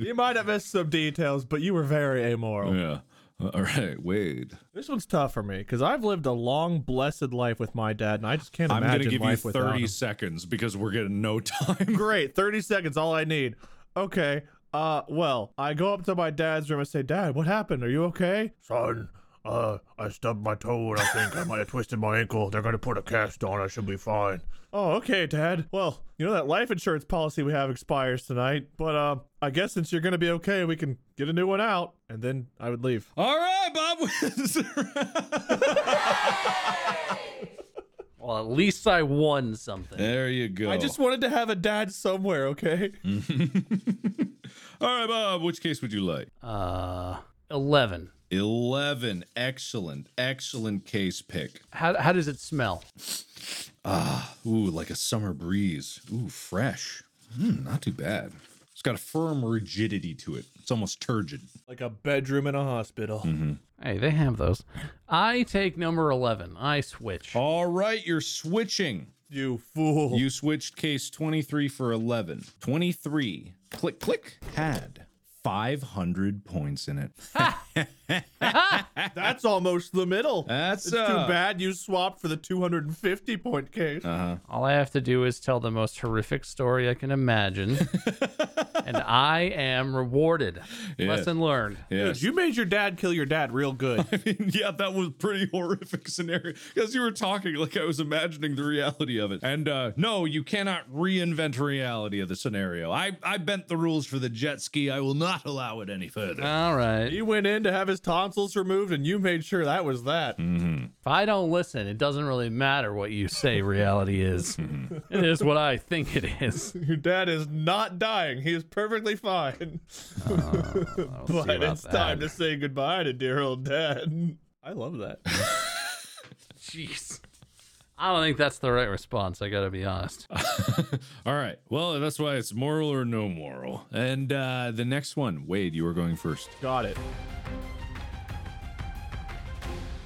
Speaker 8: you might have missed some details, but you were very amoral.
Speaker 6: Yeah, Uh, all right, Wade.
Speaker 8: This one's tough for me because I've lived a long, blessed life with my dad, and I just can't
Speaker 6: I'm
Speaker 8: imagine
Speaker 6: gonna give you
Speaker 8: life without
Speaker 6: 30
Speaker 8: him.
Speaker 6: seconds because we're getting no time.
Speaker 8: Great, 30 seconds, all I need. Okay. Uh, well, I go up to my dad's room and say, Dad, what happened? Are you okay?
Speaker 10: Son, uh, I stubbed my toe and I think I might have twisted my ankle. They're gonna put a cast on. I should be fine.
Speaker 8: Oh, okay, Dad. Well, you know that life insurance policy we have expires tonight, but um, I guess since you're gonna be okay, we can get a new one out, and then I would leave.
Speaker 6: All right, Bob wins.
Speaker 7: Well, at least I won something.
Speaker 6: there you go.
Speaker 8: I just wanted to have a dad somewhere, okay?
Speaker 6: All right, Bob, which case would you like?
Speaker 7: Uh 11.
Speaker 6: 11. Excellent, excellent case pick.
Speaker 7: How, how does it smell?
Speaker 6: Ooh, like a summer breeze. Ooh, fresh. Mm, not too bad. It's got a firm rigidity to it. It's almost turgid.
Speaker 8: Like a bedroom in a hospital.
Speaker 7: Hey, they have those. I take number 11. I switch.
Speaker 6: All right, you're switching.
Speaker 8: You fool.
Speaker 6: You switched case 23 for 11. 23. Click, click. Had 500 points in it.
Speaker 8: That's almost the middle.
Speaker 6: That's,
Speaker 8: it's
Speaker 6: uh,
Speaker 8: too bad you swapped for the 250 point case.
Speaker 7: All I have to do is tell the most horrific story I can imagine, and I am rewarded. Lesson learned.
Speaker 8: Dude, you made your dad kill your dad real good.
Speaker 6: yeah, that was pretty horrific scenario because you were talking like I was imagining the reality of it. And uh, no, you cannot reinvent reality of the scenario. I I bent the rules for the jet ski. I will not allow it any further.
Speaker 7: All right.
Speaker 8: he went in to have his tonsils removed, and you made sure that was that.
Speaker 7: If I don't listen, it doesn't really matter what you say reality is. it is what I think it is.
Speaker 8: Your dad is not dying. He is perfectly fine. but
Speaker 7: about
Speaker 8: it's time to
Speaker 7: that.
Speaker 8: say goodbye to dear old dad. I love that.
Speaker 7: Jeez. I don't think that's the right response, I gotta be honest.
Speaker 6: All right. Well, that's why it's moral or no moral. And uh, the next one, Wade, you are going first.
Speaker 8: Got it.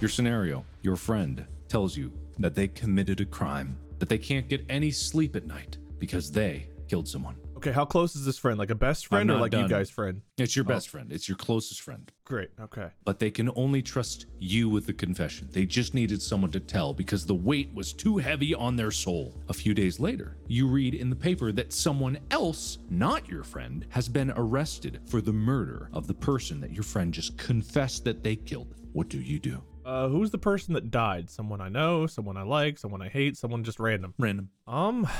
Speaker 6: Your scenario your friend tells you that they committed a crime, that they can't get any sleep at night because they killed someone.
Speaker 8: Okay, how close is this friend? Like a best friend or
Speaker 6: not
Speaker 8: like
Speaker 6: done.
Speaker 8: you guys' friend?
Speaker 6: It's your best friend, it's your closest friend.
Speaker 8: Great. Okay.
Speaker 6: but they can only trust you with the confession. They just needed someone to tell because the weight was too heavy on their soul. A few days later, you read in the paper that someone else, not your friend, has been arrested for the murder of the person that your friend just confessed that they killed. What do you do?
Speaker 8: Uh, who's the person that died? Someone I know, someone I like, someone I hate, someone just random.
Speaker 6: Random.
Speaker 8: Um,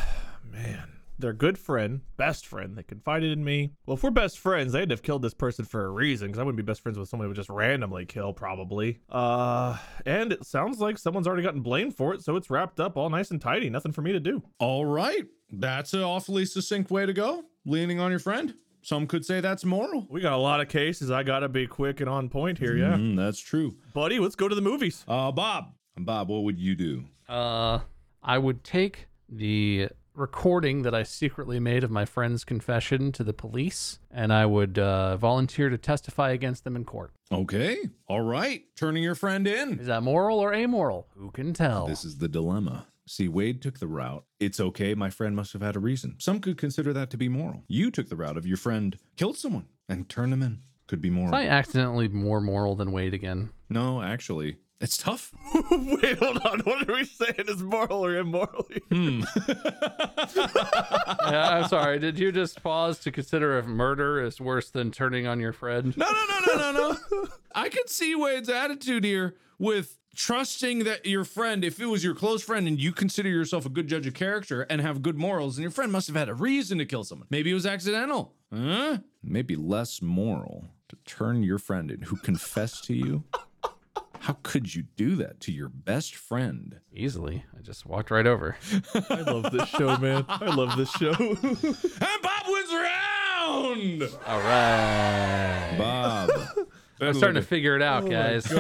Speaker 8: man. Their good friend, best friend, they confided in me. Well, if we're best friends, they'd have killed this person for a reason, because I wouldn't be best friends with someone who would just randomly kill, probably. Uh, and it sounds like someone's already gotten blamed for it, so it's wrapped up all nice and tidy. Nothing for me to do.
Speaker 6: All right. That's an awfully succinct way to go. Leaning on your friend. Some could say that's moral.
Speaker 8: We got a lot of cases. I gotta be quick and on point here, yeah.
Speaker 6: Mm, that's true.
Speaker 8: Buddy, let's go to the movies.
Speaker 6: Uh, Bob. Bob, what would you do?
Speaker 7: Uh, I would take the recording that I secretly made of my friend's confession to the police, and I would uh, volunteer to testify against them in court.
Speaker 6: Okay. All right. Turning your friend in.
Speaker 7: Is that moral or amoral? Who can tell?
Speaker 6: This is the dilemma. See, Wade took the route. It's okay. My friend must have had a reason. Some could consider that to be moral. You took the route of your friend killed someone and turned him in. Could be moral.
Speaker 7: Am I accidentally more moral than Wade again?
Speaker 6: No, actually, it's tough.
Speaker 8: Wait, hold on. What are we saying is moral or immoral?
Speaker 7: Hmm. Yeah, I'm sorry. Did you just pause to consider if murder is worse than turning on your friend?
Speaker 6: No, no, no, no, no, no. I could see Wade's attitude here with trusting that your friend, if it was your close friend and you consider yourself a good judge of character and have good morals, and your friend must have had a reason to kill someone. Maybe it was accidental. Huh? Maybe less moral to turn your friend in who confessed to you. How could you do that to your best friend?
Speaker 7: Easily. I just walked right over.
Speaker 8: I love this show, man. I love this show.
Speaker 6: And Bob wins round!
Speaker 7: All right.
Speaker 6: Bob.
Speaker 7: I'm starting to figure it
Speaker 8: Oh
Speaker 7: out, guys.
Speaker 6: in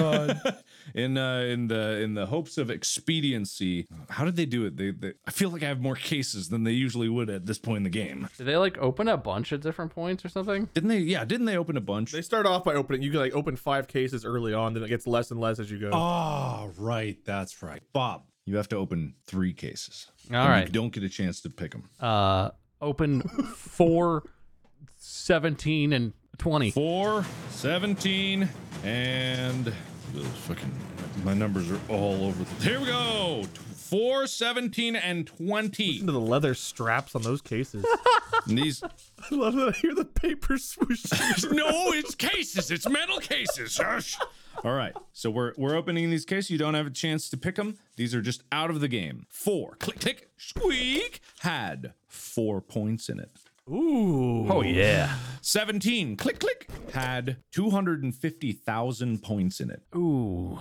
Speaker 6: uh, in the in the hopes of expediency. How did they do it? They, they I feel like I have more cases than they usually would at this point in the game.
Speaker 7: Did they like open a bunch at different points or something?
Speaker 6: Didn't they? Yeah, didn't they open a bunch?
Speaker 8: They start off by opening. You can like open five cases early on, then it gets less and less as you go.
Speaker 6: Ah, right, that's right. Bob, you have to open three cases.
Speaker 7: All
Speaker 6: And
Speaker 7: right.
Speaker 6: you don't get a chance to pick them.
Speaker 7: Uh, open four, 17, and 20.
Speaker 6: Four, 17, and those fucking my numbers are all over. The, here we go. Four, 17, and twenty.
Speaker 8: Listen to the leather straps on those cases.
Speaker 6: These
Speaker 8: I love that I hear the paper swoosh.
Speaker 6: no, it's cases. It's metal cases. Hush. All right. So we're we're opening these cases. You don't have a chance to pick them. These are just out of the game. Four. Click, click, squeak. Had four points in it.
Speaker 8: Ooh.
Speaker 7: Oh, yeah.
Speaker 6: 17. Click, click. Had 250,000 points in it.
Speaker 7: Ooh.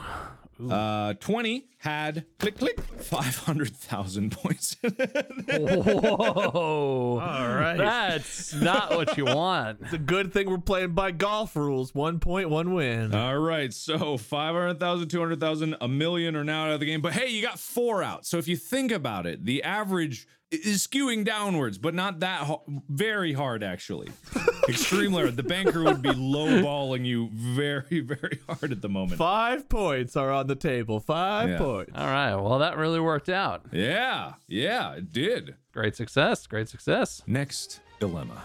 Speaker 6: Uh, 20 had click, click, 500,000 points in it.
Speaker 7: Whoa.
Speaker 8: All right.
Speaker 7: That's not what you want.
Speaker 8: It's a good thing we're playing by golf rules. One point, one win.
Speaker 6: All right. So 500,000, 200,000, a million are now out of the game. But hey, you got four out. So if you think about it, the average i- is skewing downwards, but not that ho- very hard, actually. Extremely hard. The banker would be lowballing you very, very hard at the moment.
Speaker 8: Five points are on the table. Five
Speaker 6: Yeah.
Speaker 8: points.
Speaker 7: All right. Well, that really worked out.
Speaker 6: Yeah. Yeah, it did.
Speaker 7: Great success. Great success.
Speaker 6: Next dilemma.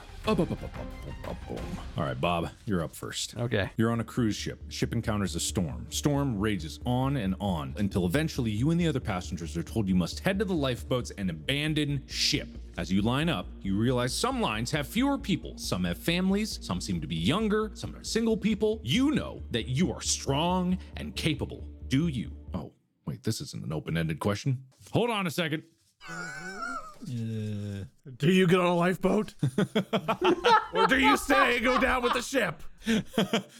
Speaker 6: All right, Bob, you're up first.
Speaker 7: Okay.
Speaker 6: You're on a cruise ship. Ship encounters a storm. Storm rages on and on until eventually you and the other passengers are told you must head to the lifeboats and abandon ship. As you line up, you realize some lines have fewer people. Some have families, some seem to be younger, some are single people. You know that you are strong and capable. Do you? Oh, wait, this isn't an open ended question. Hold on a second.
Speaker 8: Do you get on a lifeboat? or do you stay and go down with the ship?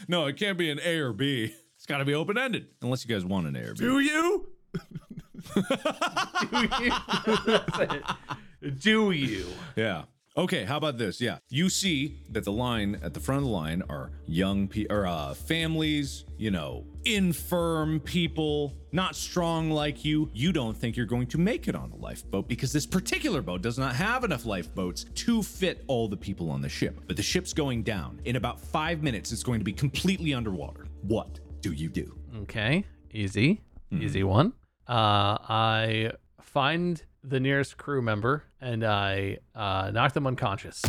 Speaker 6: No, it can't be an A or B. It's got to be open ended, unless you guys want an A or B.
Speaker 8: Do you?
Speaker 7: Do you?
Speaker 6: Yeah. Okay, how about this? Yeah. You see that the line at the front of the line are young people or uh, families, you know, infirm people, not strong like you. You don't think you're going to make it on a lifeboat because this particular boat does not have enough lifeboats to fit all the people on the ship. But the ship's going down. In about five minutes, it's going to be completely underwater. What do you do?
Speaker 7: Okay. Easy. Easy one. Uh, I find the nearest crew member and I uh, knock them unconscious.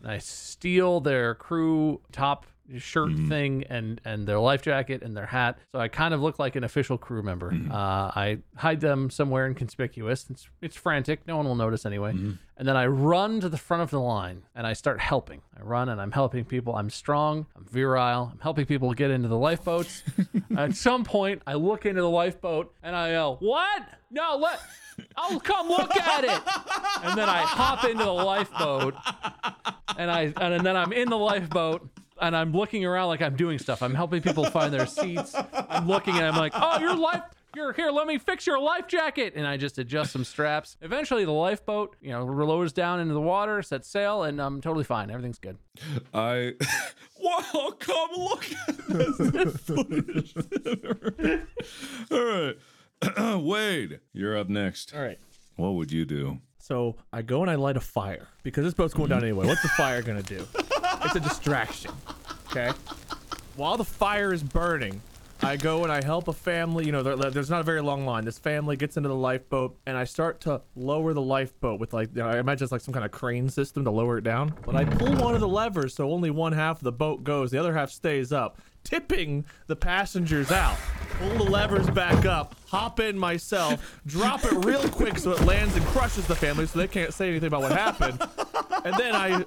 Speaker 7: And I steal their crew top shirt thing and and their life jacket and their hat. So I kind of look like an official crew member. Uh, I hide them somewhere inconspicuous. It's it's frantic. No one will notice anyway. And then I run to the front of the line and I start helping. I run and I'm helping people. I'm strong. I'm virile. I'm helping people get into the lifeboats. At some point, I look into the lifeboat and I yell, "What? No, let." I'll come look at it. And then I hop into the lifeboat and I and then I'm in the lifeboat and I'm looking around like I'm doing stuff. I'm helping people find their seats. I'm looking and I'm like, oh, your life. You're here. Let me fix your life jacket, and I just adjust some straps. Eventually, the lifeboat, you know, lowers down into the water, sets sail, and I'm totally fine. Everything's good.
Speaker 6: I. Wow, come look at this footage. All right. Wade, you're up next.
Speaker 8: All right.
Speaker 6: What would you do?
Speaker 8: So I go and I light a fire because this boat's going down anyway. What's the fire gonna do? It's a distraction. Okay. While the fire is burning, I go and I help a family. You know, there- there's not a very long line. This family gets into the lifeboat, and I start to lower the lifeboat with like I imagine it's like some kind of crane system to lower it down. But I pull one of the levers, so only one half of the boat goes. The other half stays up, tipping the passengers out. Pull the levers back up, hop in myself, drop it real quick so it lands and crushes the family, so they can't say anything about what happened. And then I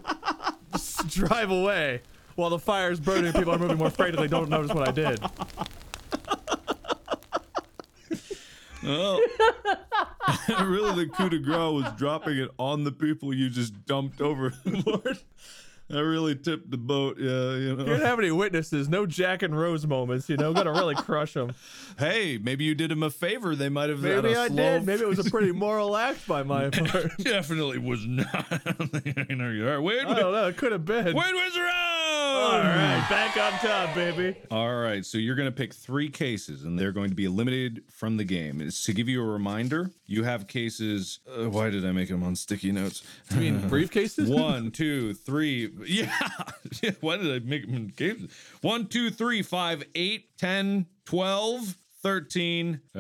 Speaker 8: just drive away while the fire's burning. People are moving more frantically. Don't notice what I did.
Speaker 6: Oh. really, the coup de grace was dropping it on the people you just dumped overboard. I really tipped the boat. Yeah, you
Speaker 8: You
Speaker 6: know.
Speaker 8: didn't have any witnesses. No Jack and Rose moments. You know, gotta really crush them.
Speaker 6: Hey, maybe you did them a favor. They might have had
Speaker 8: Maybe
Speaker 6: a
Speaker 8: I
Speaker 6: slow
Speaker 8: did. Maybe it was a pretty moral act by my part.
Speaker 6: Definitely was not. I know you are. Wait,
Speaker 8: I don't know. It could have been.
Speaker 6: wait, where's the
Speaker 8: Oh. All
Speaker 6: round?
Speaker 8: right, back on top, baby.
Speaker 6: All right, so you're going to pick three cases, and they're going to be eliminated from the game. It's to give you a reminder, you have cases. Uh, why did I make them on sticky notes?
Speaker 8: I mean, briefcases.
Speaker 6: One, two, three. Yeah. Yeah, Why did I make them in games? One, two, three, five, eight, 10, 12, 13. Uh,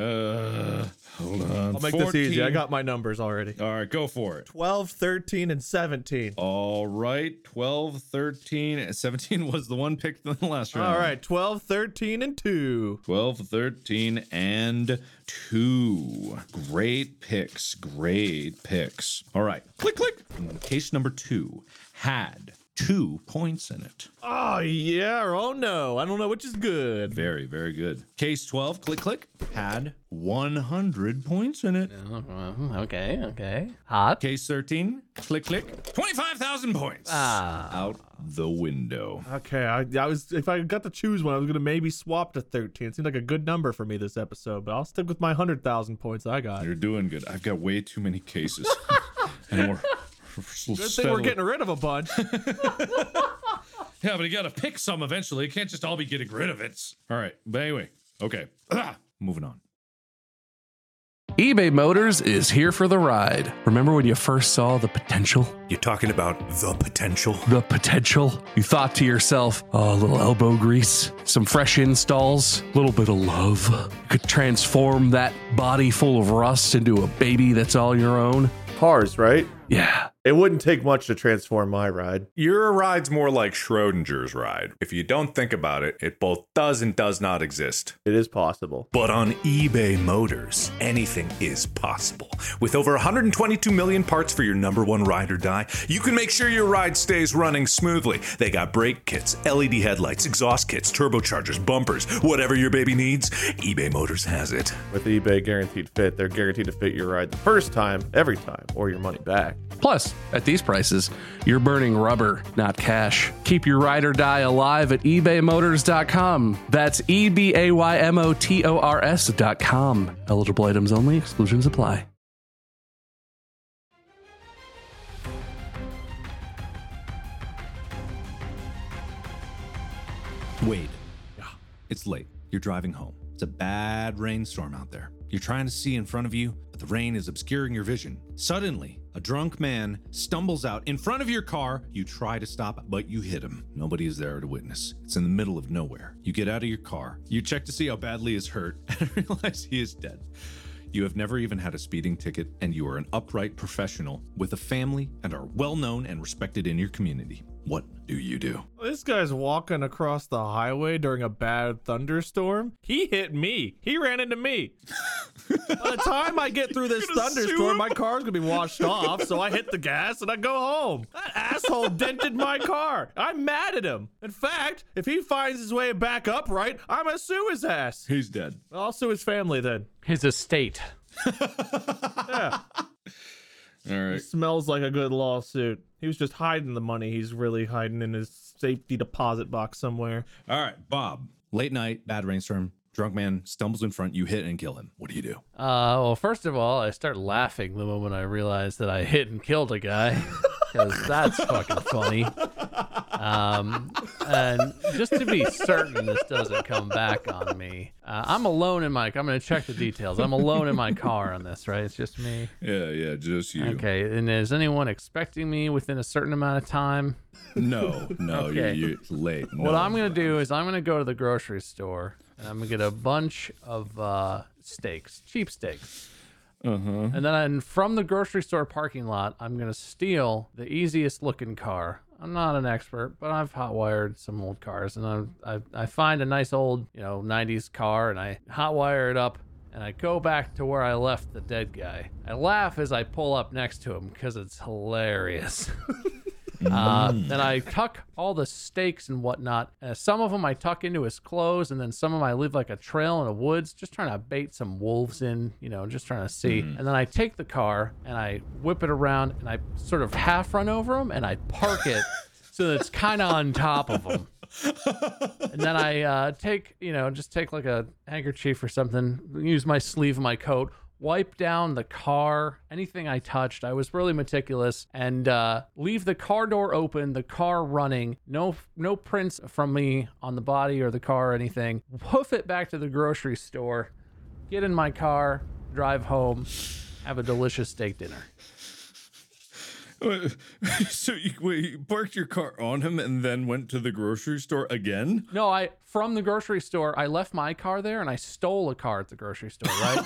Speaker 6: hold on.
Speaker 8: I'll make this easy. I got my numbers already.
Speaker 6: All right, go for it.
Speaker 8: 12, 13, and 17.
Speaker 6: All right, 12, 13, and 17 was the one picked in the last round.
Speaker 8: All right, 12, 13, and 2.
Speaker 6: 12, 13, and 2. Great picks. Great picks. All right. Click, click. And Case number 2 had two points in it.
Speaker 8: Oh, yeah, or oh no. I don't know which is good.
Speaker 6: Very, very good. Case 12, click, click, had 100 points in it.
Speaker 7: Okay, okay. Hot.
Speaker 6: Case 13, click, click, 25,000 points. Out the window.
Speaker 8: Okay, I, I was if I got to choose one, I was gonna maybe swap to 13. It seemed like a good number for me this episode, but I'll stick with my 100,000 points I got.
Speaker 6: You're doing good. I've got way too many cases. and we're.
Speaker 8: Good thing we're getting rid of a bunch.
Speaker 6: Yeah, but you gotta pick some eventually. You can't just all be getting rid of it. All right. But anyway, okay. Ah, moving on.
Speaker 1: eBay Motors is here for the ride. Remember when you first saw the potential?
Speaker 10: You're talking about the potential.
Speaker 1: The potential? You thought to yourself, oh, a little elbow grease, some fresh installs, a little bit of love. You could transform that body full of rust into a baby that's all your own.
Speaker 3: Cars, right?
Speaker 1: Yeah.
Speaker 3: It wouldn't take much to transform my ride.
Speaker 11: Your ride's more like Schrodinger's ride. If you don't think about it, it both does and does not exist.
Speaker 3: It is possible.
Speaker 11: But on eBay Motors, anything is possible. With over 122 million parts for your number one ride or die, you can make sure your ride stays running smoothly. They got brake kits, LED headlights, exhaust kits, turbochargers, bumpers, whatever your baby needs, eBay Motors has it.
Speaker 3: With eBay Guaranteed Fit, they're guaranteed to fit your ride the first time, every time, or your money back.
Speaker 1: Plus, at these prices, you're burning rubber, not cash. Keep your ride or die alive at ebaymotors.com. That's E B A Y M O T O R S.com. Eligible items only, exclusions apply.
Speaker 6: Wade, it's late. You're driving home. It's a bad rainstorm out there. You're trying to see in front of you, but the rain is obscuring your vision. Suddenly, a drunk man stumbles out in front of your car. You try to stop, but you hit him. Nobody is there to witness. It's in the middle of nowhere. You get out of your car. You check to see how badly he's hurt and realize he is dead. You have never even had a speeding ticket, and you are an upright professional with a family and are well known and respected in your community.
Speaker 11: What do you do?
Speaker 8: This guy's walking across the highway during a bad thunderstorm. He hit me. He ran into me. By the time I get through this thunderstorm, my car's gonna be washed off. So I hit the gas and I go home. That asshole dented my car. I'm mad at him. In fact, if he finds his way back upright, I'm gonna sue his ass.
Speaker 6: He's dead.
Speaker 8: I'll sue his family then.
Speaker 7: His estate.
Speaker 6: All right.
Speaker 8: Smells like a good lawsuit. He was just hiding the money. He's really hiding in his safety deposit box somewhere.
Speaker 6: All right, Bob. Late night, bad rainstorm. Drunk man stumbles in front. You hit and kill him. What do you do?
Speaker 7: Uh, well, first of all, I start laughing the moment I realize that I hit and killed a guy because that's fucking funny. Um, and just to be certain this doesn't come back on me, uh, I'm alone in my. I'm gonna check the details. I'm alone in my car on this, right? It's just me.
Speaker 6: Yeah, yeah, just you.
Speaker 7: Okay, and is anyone expecting me within a certain amount of time?
Speaker 6: No, no,
Speaker 7: Okay.
Speaker 6: you're, you're late. No.
Speaker 7: What I'm gonna do is I'm gonna go to the grocery store and I'm gonna get a bunch of uh, steaks, cheap steaks. Uh-huh. And then I'm- from the grocery store parking lot, I'm gonna steal the easiest looking car. I'm not an expert, but I've hotwired some old cars, and I, I I find a nice old you know '90s car, and I hotwire it up, and I go back to where I left the dead guy. I laugh as I pull up next to him because it's hilarious. Uh, then I tuck all the steaks and whatnot. Uh, some of them I tuck into his clothes, and then some of them I leave like a trail in the woods, just trying to bait some wolves in, you know, just trying to see. And then I take the car and I whip it around and I sort of half run over him and I park it so that it's kind of on top of him. and then I uh, take, you know, just take like a handkerchief or something, use my sleeve of my coat, wipe down the car, anything I touched. I was really meticulous and uh, leave the car door open, the car running, no no prints from me on the body or the car or anything. Hoof it back to the grocery store, get in my car, drive home, have a delicious steak dinner.
Speaker 6: Wait, so you, wait, you parked your car on him and then went to the grocery store again?
Speaker 7: No, I from the grocery store. I left my car there and I stole a car at the grocery store, right?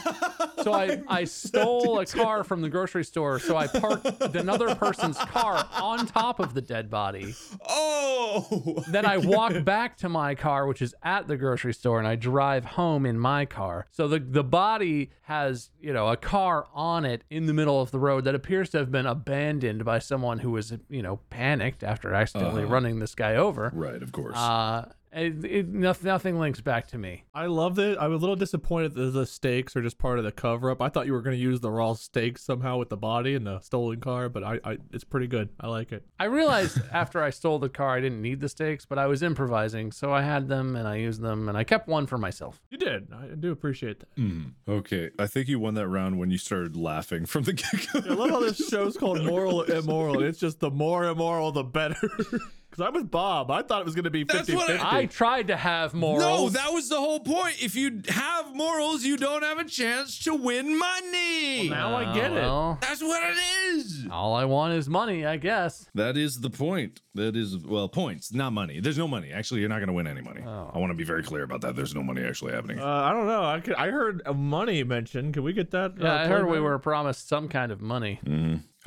Speaker 7: so I, I stole a car from the grocery store. So I parked another person's car on top of the dead body.
Speaker 6: Oh!
Speaker 7: Then I walk back to my car, which is at the grocery store, and I drive home in my car. So the the body has you know a car on it in the middle of the road that appears to have been abandoned by someone who was you know panicked after accidentally running this guy over.
Speaker 6: Right, of course.
Speaker 7: Uh, it, it, nothing, nothing links back to me.
Speaker 8: I love it. I'm a little disappointed that the stakes are just part of the cover up. I thought you were going to use the raw stakes somehow with the body and the stolen car, but I, I it's pretty good. I like it.
Speaker 7: I realized after I stole the car, I didn't need the stakes, but I was improvising, so I had them and I used them and I kept one for myself.
Speaker 8: You did. I do appreciate that.
Speaker 6: okay, I think you won that round when you started laughing from the get
Speaker 8: I
Speaker 6: go.
Speaker 8: love how this show's called Moral Immoral, and it's just the more immoral, the better. Because I'm with Bob. I thought it was going to be 50
Speaker 2: what
Speaker 8: 50.
Speaker 7: I tried to have
Speaker 2: No,
Speaker 7: morals.
Speaker 2: that was the whole point. If you have morals, you don't have a chance to win money.
Speaker 8: Now I get it.
Speaker 7: Oh, Well,
Speaker 2: That's what it is.
Speaker 7: all I want is money, I guess.
Speaker 6: That is the point. That is, well, points, not money. There's no money. Actually, you're not going to win any money.
Speaker 7: Oh.
Speaker 6: I want to be very clear about that. There's no money actually happening.
Speaker 8: Uh, I don't know. I, could, I heard uh, money mentioned. Can we get that? uh,
Speaker 7: Yeah, I heard we
Speaker 8: playback?
Speaker 7: were promised some kind of money.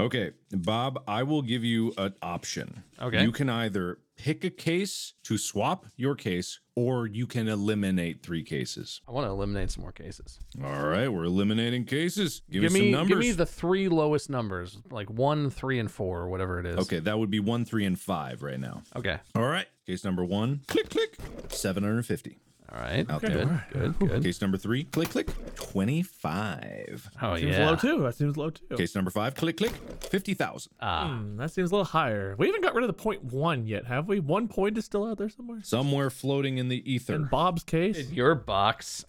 Speaker 6: Okay, Bob, I will give you an option.
Speaker 7: Okay.
Speaker 6: You can either pick a case to swap your case, or you can eliminate three cases.
Speaker 7: I want to eliminate some more cases.
Speaker 6: All right, we're eliminating cases. Give,
Speaker 7: Give
Speaker 6: me some
Speaker 7: me,
Speaker 6: numbers.
Speaker 7: give me the three lowest numbers, like one, three, and four, or whatever it is.
Speaker 6: okay, that would be one, three, and five right now.
Speaker 7: Okay.
Speaker 6: All right, case number one, click, click, 750.
Speaker 7: All right.
Speaker 6: Out
Speaker 7: Good.
Speaker 6: there.
Speaker 7: Good. Good.
Speaker 6: Case number three, click, click, 25.
Speaker 7: Oh
Speaker 8: Seems
Speaker 7: yeah.
Speaker 8: low, too. That seems low, too.
Speaker 6: Case number five, click, click, 50,000.
Speaker 8: Hmm, that seems a little higher. We haven't got rid of the point one yet, have we? One point is still out there somewhere.
Speaker 6: Somewhere floating in the ether.
Speaker 8: In Bob's case.
Speaker 7: Your box.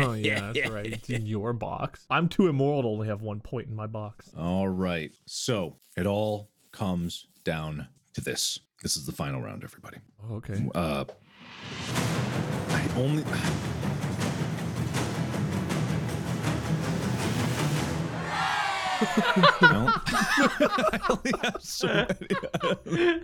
Speaker 8: oh, yeah, that's right. It's in your box. I'm too immoral to only have one point in my box.
Speaker 6: All right. So it all comes down to this. This is the final round, everybody.
Speaker 7: Oh,
Speaker 8: okay.
Speaker 6: Uh, I only. Well, I only have so many.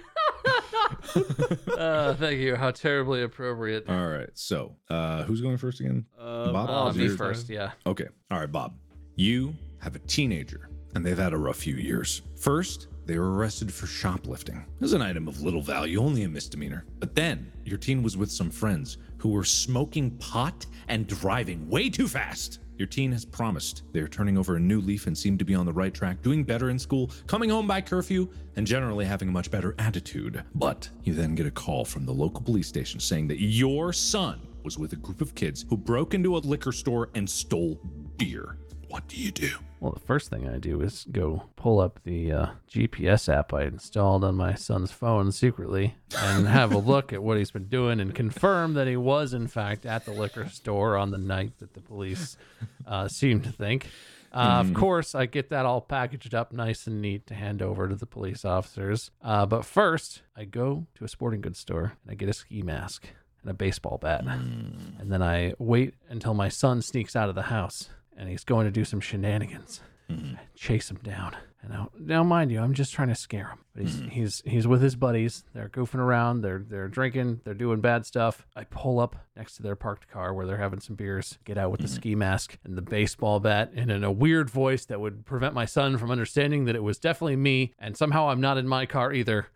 Speaker 7: Uh, thank you. How terribly appropriate.
Speaker 6: All right. So uh, who's going Oh, first again? Bob.
Speaker 7: Uh, I'll
Speaker 6: Is
Speaker 7: be
Speaker 6: your-
Speaker 7: first. Yeah.
Speaker 6: Okay. All right, Bob. You have a teenager and they've had a rough few years. First, they were arrested for shoplifting. It was an item of little value, only a misdemeanor. But then, your teen was with some friends who were smoking pot and driving way too fast. Your teen has promised they are turning over a new leaf and seem to be on the right track, doing better in school, coming home by curfew, and generally having a much better attitude. But you then get a call from the local police station saying that your son was with a group of kids who broke into a liquor store and stole beer. What do you do?
Speaker 7: Well, the first thing I do is go pull up the uh, GPS app I installed on my son's phone secretly and have a look at what he's been doing and confirm that he was, in fact, at the liquor store on the night that the police uh, seemed to think. Uh, Of course, I get that all packaged up nice and neat to hand over to the police officers. Uh, but first, I go to a sporting goods store and I get a ski mask and a baseball bat. And then I wait until my son sneaks out of the house and he's going to do some shenanigans. I chase him down. And now, now, mind you, I'm just trying to scare him. But he's he's he's with his buddies. They're goofing around. They're they're drinking. They're doing bad stuff. I pull up next to their parked car where they're having some beers. Get out with the ski mask and the baseball bat, and in a weird voice that would prevent my son from understanding that it was definitely me. And somehow I'm not in my car either.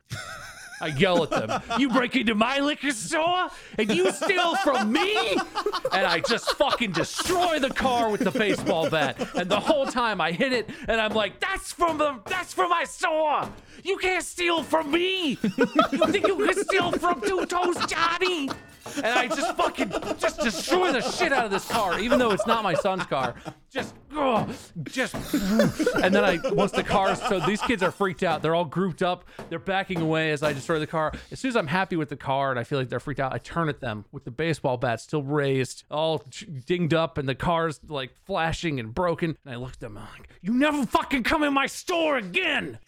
Speaker 7: I yell at them. You break into my liquor store and you steal from me? And I just fucking destroy the car with the baseball bat. And the whole time I hit it and I'm like, that's from the that's from my store. You can't steal from me. You think you can steal from Two Toes Johnny? And I just fucking just destroy the shit out of this car, even though it's not my son's car. Just ugh, just and then I once the cars so these kids are freaked out. They're all grouped up. They're backing away as I destroy the car. As soon as I'm happy with the car and I feel like they're freaked out, I turn at them with the baseball bat still raised, all ch- dinged up, and the car's like flashing and broken. And I look at them. I'm like, "You never fucking come in my store again."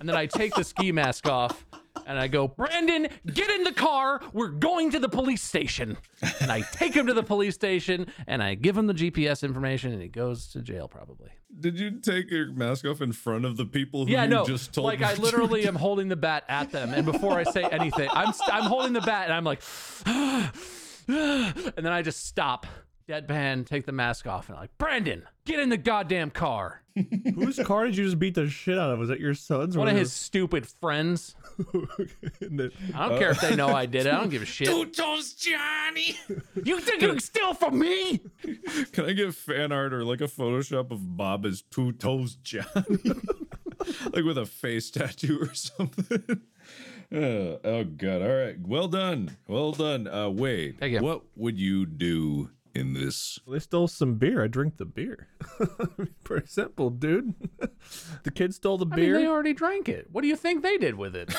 Speaker 7: and then I take the ski mask off. And I go, Brandon, get in the car. We're going to the police station. And I take him to the police station and I give him the GPS information and he goes to jail probably.
Speaker 2: Did you take your mask off in front of the people who
Speaker 7: Yeah,
Speaker 2: you
Speaker 7: no.
Speaker 2: just told
Speaker 7: like
Speaker 2: me
Speaker 7: I
Speaker 2: to
Speaker 7: literally am holding the bat at them, and before I say anything, I'm st- I'm holding the bat, and I'm like, and then I just stop, deadpan, take the mask off, and I'm like, Brandon, get in the goddamn car.
Speaker 8: Whose car did you just beat the shit out of? Was that your son's? or
Speaker 7: One of his stupid friends.
Speaker 8: the-
Speaker 7: I don't care if they know I did
Speaker 2: uh,
Speaker 7: it. I don't give a shit.
Speaker 2: Toes Johnny!
Speaker 7: You think you can steal from me?
Speaker 2: Can I get fan art or like a Photoshop of Bob as Two Toes Johnny? like with a face tattoo or something? Uh, oh, God. All right. Well done. Well done. Uh, Wade,
Speaker 7: Thank you.
Speaker 2: what would you do in this?
Speaker 8: They stole some beer. I drink the beer. Pretty simple, dude. the kid stole the
Speaker 7: I mean,
Speaker 8: beer.
Speaker 7: they already drank it. What do you think they did with it?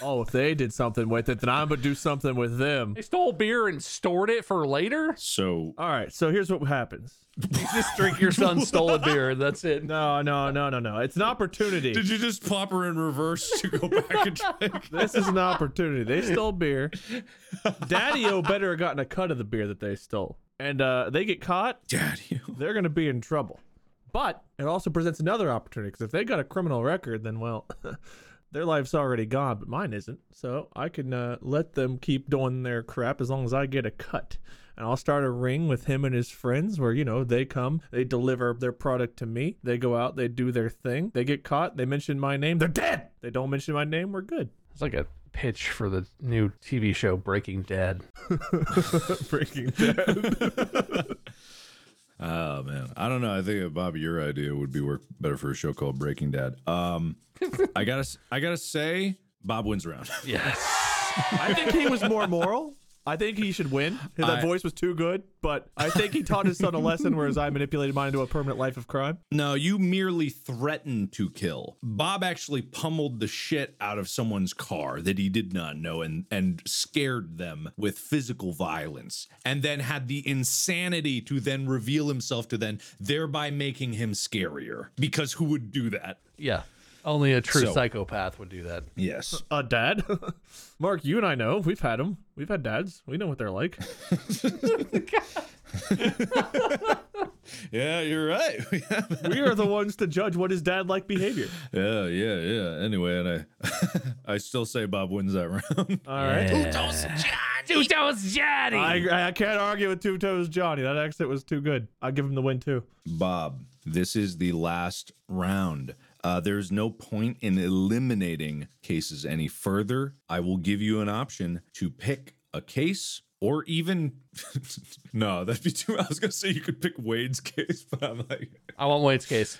Speaker 8: oh, if they did something with it, then I'm gonna do something with them.
Speaker 7: They stole beer and stored it for later. Uh,
Speaker 2: So,
Speaker 8: All right, so here's what happens.
Speaker 7: You just drink your son's stolen beer. That's it.
Speaker 8: No, no, no, no, no. It's an opportunity.
Speaker 2: did you just pop her in reverse to go back and drink?
Speaker 8: this is an opportunity. They stole beer. Daddy O better have gotten a cut of the beer that they stole. And uh, they get caught,
Speaker 2: Daddy.
Speaker 8: they're going to be in trouble. But it also presents another opportunity because if they got a criminal record, then, well, their life's already gone, but mine isn't. So I can uh, let them keep doing their crap as long as I get a cut. And I'll start a ring with him and his friends where, you know, they come, they deliver their product to me, they go out, they do their thing, they get caught, they mention my name, they're dead. They don't mention my name, we're good.
Speaker 7: It's like a pitch for the new TV show Breaking Dead.
Speaker 8: Breaking Dead.
Speaker 6: Oh man, I don't know. I think uh, Bobby, your idea would be work better for a show called Breaking Dad. Um, I gotta, s- I gotta say, Bob wins round.
Speaker 8: I think he was more moral. I think he should win. That
Speaker 6: I-
Speaker 8: voice was too good, but I think he taught his son a lesson, whereas I manipulated mine into a permanent life of crime.
Speaker 6: no, you merely threatened to kill. Bob actually pummeled the shit out of someone's car that he did not know and and scared them with physical violence, and then had the insanity to then reveal himself to them, thereby making him scarier. Because who would do that?
Speaker 7: Yeah. Only a true
Speaker 6: So-
Speaker 7: psychopath would do that.
Speaker 6: Yes.
Speaker 8: A dad? Mark, you and I know. We've had them. We've had dads. We know what they're like.
Speaker 2: Yeah, you're right.
Speaker 8: we are the ones to judge what is dad like behavior.
Speaker 6: Yeah, yeah,
Speaker 7: Uh,
Speaker 6: yeah. Anyway, and I, I still say Bob wins that round.
Speaker 8: All right.
Speaker 7: Yeah. Two Toes Johnny.
Speaker 8: I, I can't argue with Two Toes Johnny. That exit was too good. I give him the win too.
Speaker 6: Bob, this is the last round. Uh, there's no point in eliminating cases any further. I will give you an option to pick a case or even. no, that'd be too. I was going to say you could pick Wade's case, but I'm like.
Speaker 7: I want Wade's case.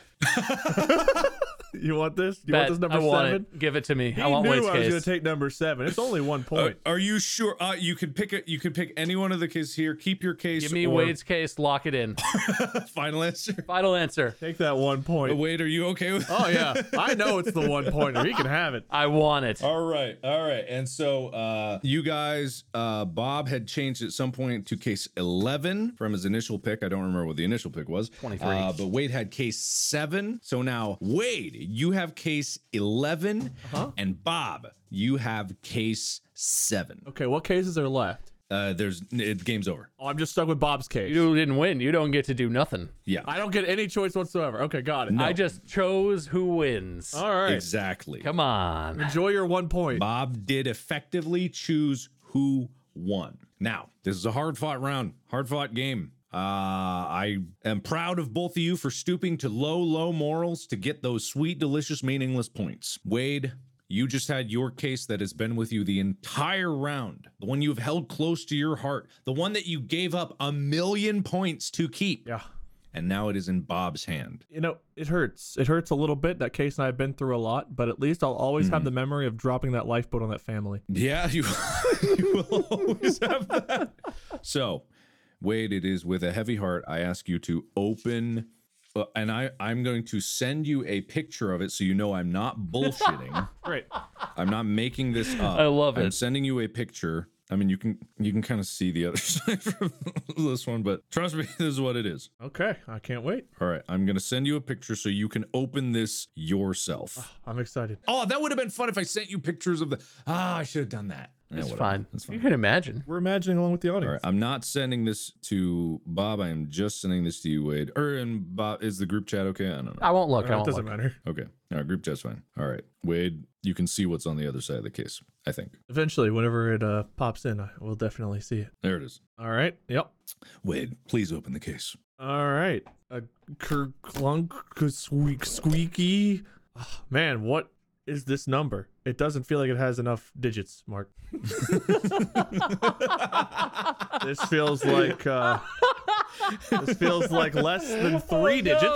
Speaker 8: You want this? You
Speaker 7: Bet.
Speaker 8: want this number
Speaker 7: I want
Speaker 8: seven?
Speaker 7: It. Give it to me.
Speaker 8: He
Speaker 7: I want
Speaker 8: knew
Speaker 7: Wade's
Speaker 8: I was
Speaker 7: case.
Speaker 8: going to take number seven. It's only one
Speaker 6: Uh,
Speaker 8: point.
Speaker 6: are you sure? Uh, you can pick a, You can pick any one of the cases here. Keep your case.
Speaker 7: Give me
Speaker 6: or-
Speaker 7: Wade's case. Lock it in.
Speaker 6: Final answer.
Speaker 7: Final answer.
Speaker 8: Take that one
Speaker 6: Uh,
Speaker 8: point.
Speaker 6: Wade, are you okay with?
Speaker 8: Oh yeah, I know it's the one pointer. He can have it.
Speaker 7: I want it.
Speaker 6: All right, all right. And so uh you guys uh Bob had changed at some point to case 11 from his initial pick. I don't remember what the initial pick was.
Speaker 7: 23.
Speaker 6: Uh, but Wade had case 7. So now Wade, you have case 11 and Bob, you have case 7.
Speaker 8: Okay, what cases are left?
Speaker 6: Uh there's it, game's over.
Speaker 8: Oh, I'm just stuck with Bob's case.
Speaker 7: You didn't win. You don't get to do nothing.
Speaker 6: Yeah.
Speaker 8: I don't get any choice whatsoever. Okay, got it.
Speaker 7: I just chose who wins.
Speaker 8: All right.
Speaker 6: Exactly.
Speaker 7: Come on.
Speaker 8: Enjoy your one point.
Speaker 6: Bob did effectively choose who won. Now, this is a hard fought round, hard fought game. Uh, I am proud of both of you for stooping to low, low morals to get those sweet, delicious, meaningless points. Wade, you just had your case that has been with you the entire round, the one you've held close to your heart, the one that you gave up a million points to keep.
Speaker 8: Yeah.
Speaker 6: And now it is in Bob's hand.
Speaker 8: You know, it hurts. It hurts a little bit. That case and I have been through a lot, but at least I'll always
Speaker 6: Mm-hmm.
Speaker 8: have the memory of dropping that lifeboat on that family.
Speaker 6: Yeah, you, you will always have that. So, Wade, it is with a heavy heart I ask you to open, uh, and I I'm going to send you a picture of it so you know I'm not bullshitting.
Speaker 8: Great.
Speaker 6: I'm not making this up.
Speaker 7: I love
Speaker 6: I'm
Speaker 7: it.
Speaker 6: sending you a picture. I mean, you can you can kind of see the other side from this one, but trust me, this is what it is.
Speaker 8: Okay, I can't wait.
Speaker 6: All right, I'm gonna send you a picture so you can open this yourself.
Speaker 8: I'm excited.
Speaker 6: Oh, that would have been fun if I sent you pictures of the. Ah, I should have done that. Yeah,
Speaker 7: It's
Speaker 6: whatever.
Speaker 7: fine.
Speaker 6: That's fine.
Speaker 7: You can imagine.
Speaker 8: We're imagining along with the
Speaker 6: All
Speaker 8: audience.
Speaker 6: right, I'm not sending this to Bob. I am just sending this to you, Wade. Or and Bob is the group chat okay? I don't know.
Speaker 7: I won't look. I
Speaker 8: Uh, it
Speaker 7: won't
Speaker 6: Oh,
Speaker 8: doesn't
Speaker 7: look.
Speaker 8: matter.
Speaker 6: Okay, all right, group chat's fine. All right, Wade, you can see what's on the other side of the case. I think
Speaker 8: Eventually, whenever it uh, pops in, I will definitely see it.
Speaker 6: there it is.
Speaker 8: All right. Yep.
Speaker 6: Wade, please open the case.
Speaker 8: All right. A ker clunk k- squeak squeaky. Ah, man, what is this number? It doesn't feel like it has enough digits, Mark. this feels like uh, this feels like less than three digits.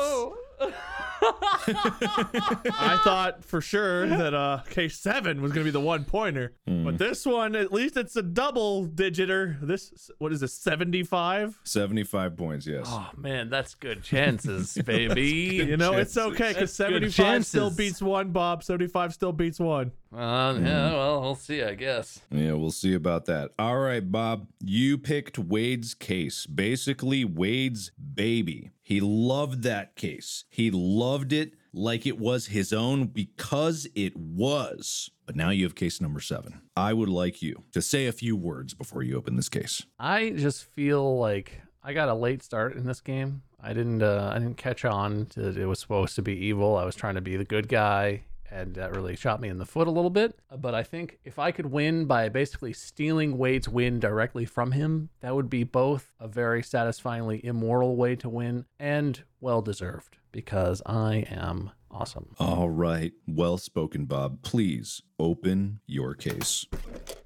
Speaker 8: I thought for sure that uh, case seven was gonna be the one pointer, but this one at least it's a double digiter. This what is this seventy five?
Speaker 6: Seventy-five points. Yes.
Speaker 7: Oh man, that's good chances, baby.
Speaker 8: You know, it's okay because
Speaker 7: That's good
Speaker 8: 75 still
Speaker 7: chances.
Speaker 8: beats Hmm. one, Bob. 75 still beats one.
Speaker 7: Uh, yeah, well, we'll see. I guess.
Speaker 6: Yeah, we'll see about that. All right, Bob, you picked Wade's case, basically Wade's baby. He loved that case. He loved it like it was his own because it was. But now you have case number seven. I would like you to say a few words before you open this case.
Speaker 7: I just feel like I got a late start in this game. I didn't uh, I didn't catch on to it was supposed to be evil. I was trying to be the good guy and that really shot me in the foot a little bit. But I think if I could win by basically stealing Wade's win directly from him, that would be both a very satisfyingly immoral way to win and well deserved because I am awesome.
Speaker 6: All right. Well spoken, Bob. Please open your case.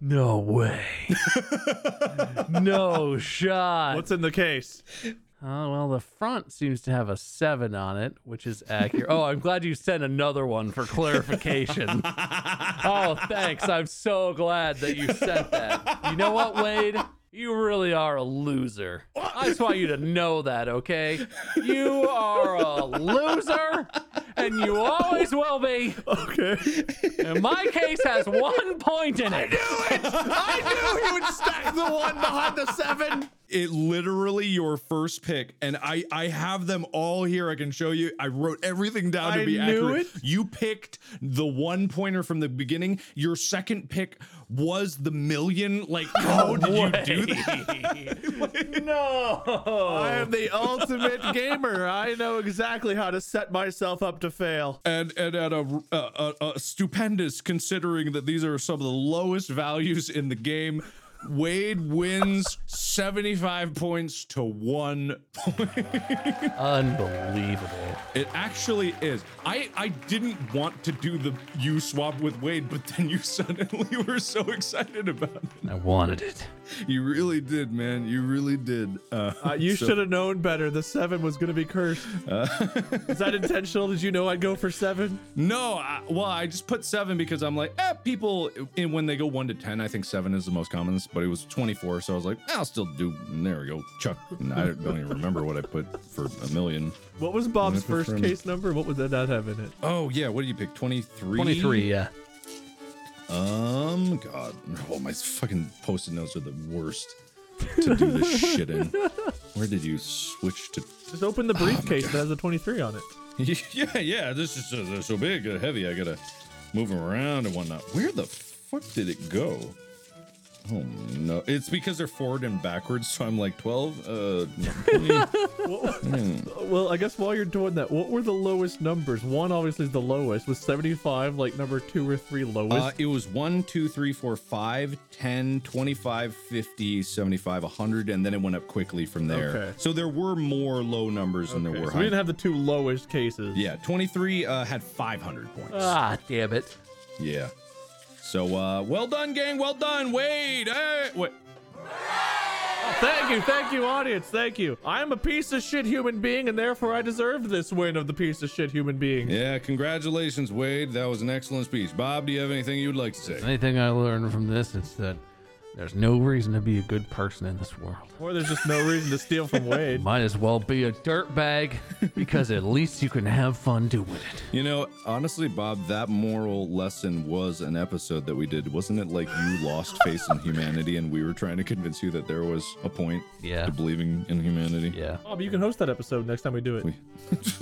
Speaker 7: No way. no shot.
Speaker 8: What's in the case?
Speaker 7: Oh, well, the front seems to have a seven on it, which is accurate. oh, I'm glad you sent another one for clarification. oh, thanks. I'm so glad that you sent that. You know what, Wade? You really are a loser. I just want you to know that, okay? You are a loser, and you always will be.
Speaker 8: Okay.
Speaker 7: And my case has one point in it.
Speaker 8: I knew he would stack the one behind the seven.
Speaker 6: it literally your first pick and i i have them all here i can show you i wrote everything down to
Speaker 8: I
Speaker 6: be
Speaker 8: knew
Speaker 6: accurate
Speaker 8: it.
Speaker 6: you picked the one pointer from the beginning your second pick was the million like how did you do that
Speaker 8: I am the ultimate gamer. I know exactly how to set myself up to fail.
Speaker 6: and and at a, a, a, a stupendous considering that these are some of the lowest values in the game Wade wins 75 points to one point.
Speaker 7: Unbelievable.
Speaker 6: It actually is. I, I didn't want to do the you swap with Wade, but then you suddenly were so excited about it.
Speaker 7: I wanted it.
Speaker 6: You really did, man. You really did. Uh,
Speaker 8: Uh, you
Speaker 6: so-
Speaker 8: should have known better. The seven was going to be cursed. Is that intentional? Did you know I'd go for seven?
Speaker 6: No, I, well, I just put seven because I'm like, eh, people, and when they go one to 10, I think seven is the most common, but it was 24. So I was like, I'll still do. And there we go. Chuck. And I don't even remember what I put for a million.
Speaker 8: What was Bob's
Speaker 6: Wonderful
Speaker 8: first
Speaker 6: friend.
Speaker 8: case number? What would that not have in it?
Speaker 6: Oh, yeah. What did you pick? 23?
Speaker 7: 23, yeah.
Speaker 6: Um, God. Oh, my fucking post it notes are the worst to do this shit in. Where did you switch to?
Speaker 8: Just open the briefcase that has a 23 on it.
Speaker 6: yeah, yeah. This is uh, so big, uh, heavy. I gotta move 'em around and whatnot. Where the fuck did it go? Oh no! It's because they're forward and backwards. So I'm like twelve. Uh, no, 20.
Speaker 8: Uh, Well, I guess while you're doing that, what were the lowest numbers? One obviously is the lowest. Was 75 like number two or three lowest?
Speaker 6: uh, it was 1, 2, 3, 4, 5, 10, 25, 50, 75, 100, and then it went up quickly from there.
Speaker 8: Okay.
Speaker 6: So there were more low numbers than there
Speaker 8: Okay,
Speaker 6: were
Speaker 8: so
Speaker 6: high
Speaker 8: we didn't have the two lowest cases.
Speaker 6: Yeah, 23 uh, had 500 points.
Speaker 7: Ah, damn it.
Speaker 6: yeah. So, uh, well done, gang. Well done. Wade. Hey, wait.
Speaker 8: Thank you, thank you, audience, thank you. I'm a piece of shit human being, and therefore I deserve this win of the piece of shit human being.
Speaker 6: Yeah, congratulations, Wade. That was an excellent speech. Bob, do you have anything you'd like to say?
Speaker 7: Anything I learned from this is that there's no reason to be a good person in this world.
Speaker 8: Or there's just no reason to steal from Wade.
Speaker 7: Might as well be a dirtbag because at least you can have fun doing it.
Speaker 6: You know, honestly, Bob, that moral lesson was an episode that we did. Wasn't it like you lost faith in humanity and we were trying to convince you that there was a point
Speaker 7: Yeah.
Speaker 6: to believing in humanity?
Speaker 7: Yeah.
Speaker 8: Bob, you can host that episode next time we do it.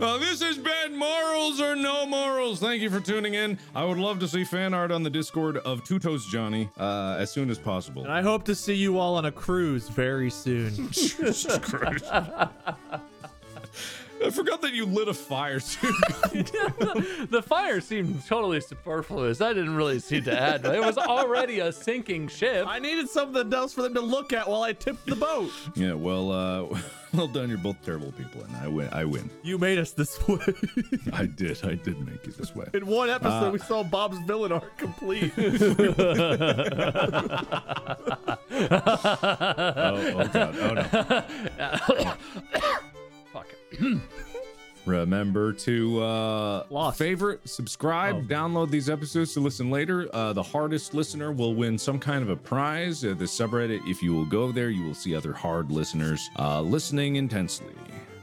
Speaker 6: Uh, this has been Morals or No Morals. Thank you for tuning in. I would love to see fan art on the Discord of Two Toes Johnny uh, as soon as possible.
Speaker 8: And I hope to see you all on a cruise very soon.
Speaker 6: I forgot that you lit a fire too.
Speaker 7: The fire seemed totally superfluous. I didn't really see to add. It was already a sinking ship.
Speaker 8: I needed something else for them to look at while I tipped the boat.
Speaker 6: yeah, well, uh, well done. You're both terrible people, and I win. I win.
Speaker 8: You made us this way.
Speaker 6: I did. I did make it this way.
Speaker 8: In one
Speaker 6: Uh,
Speaker 8: episode, we saw Bob's villain arc complete.
Speaker 6: Oh, oh God. Oh no.
Speaker 7: Fuck.
Speaker 6: Remember to uh,
Speaker 8: Lost.
Speaker 6: favorite, subscribe, download these episodes to listen later. Uh, the hardest listener will win some kind of a prize. Uh, the subreddit, if you will go there, you will see other hard listeners uh, listening intensely,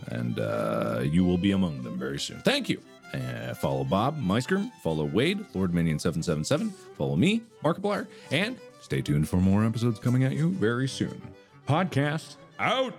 Speaker 6: and uh, you will be among them very soon. Thank you. Uh, follow Bob Meisker, follow Wade, Lord Minion 777, follow me, Markiplier, and stay tuned for more episodes coming at you very soon. Podcast out.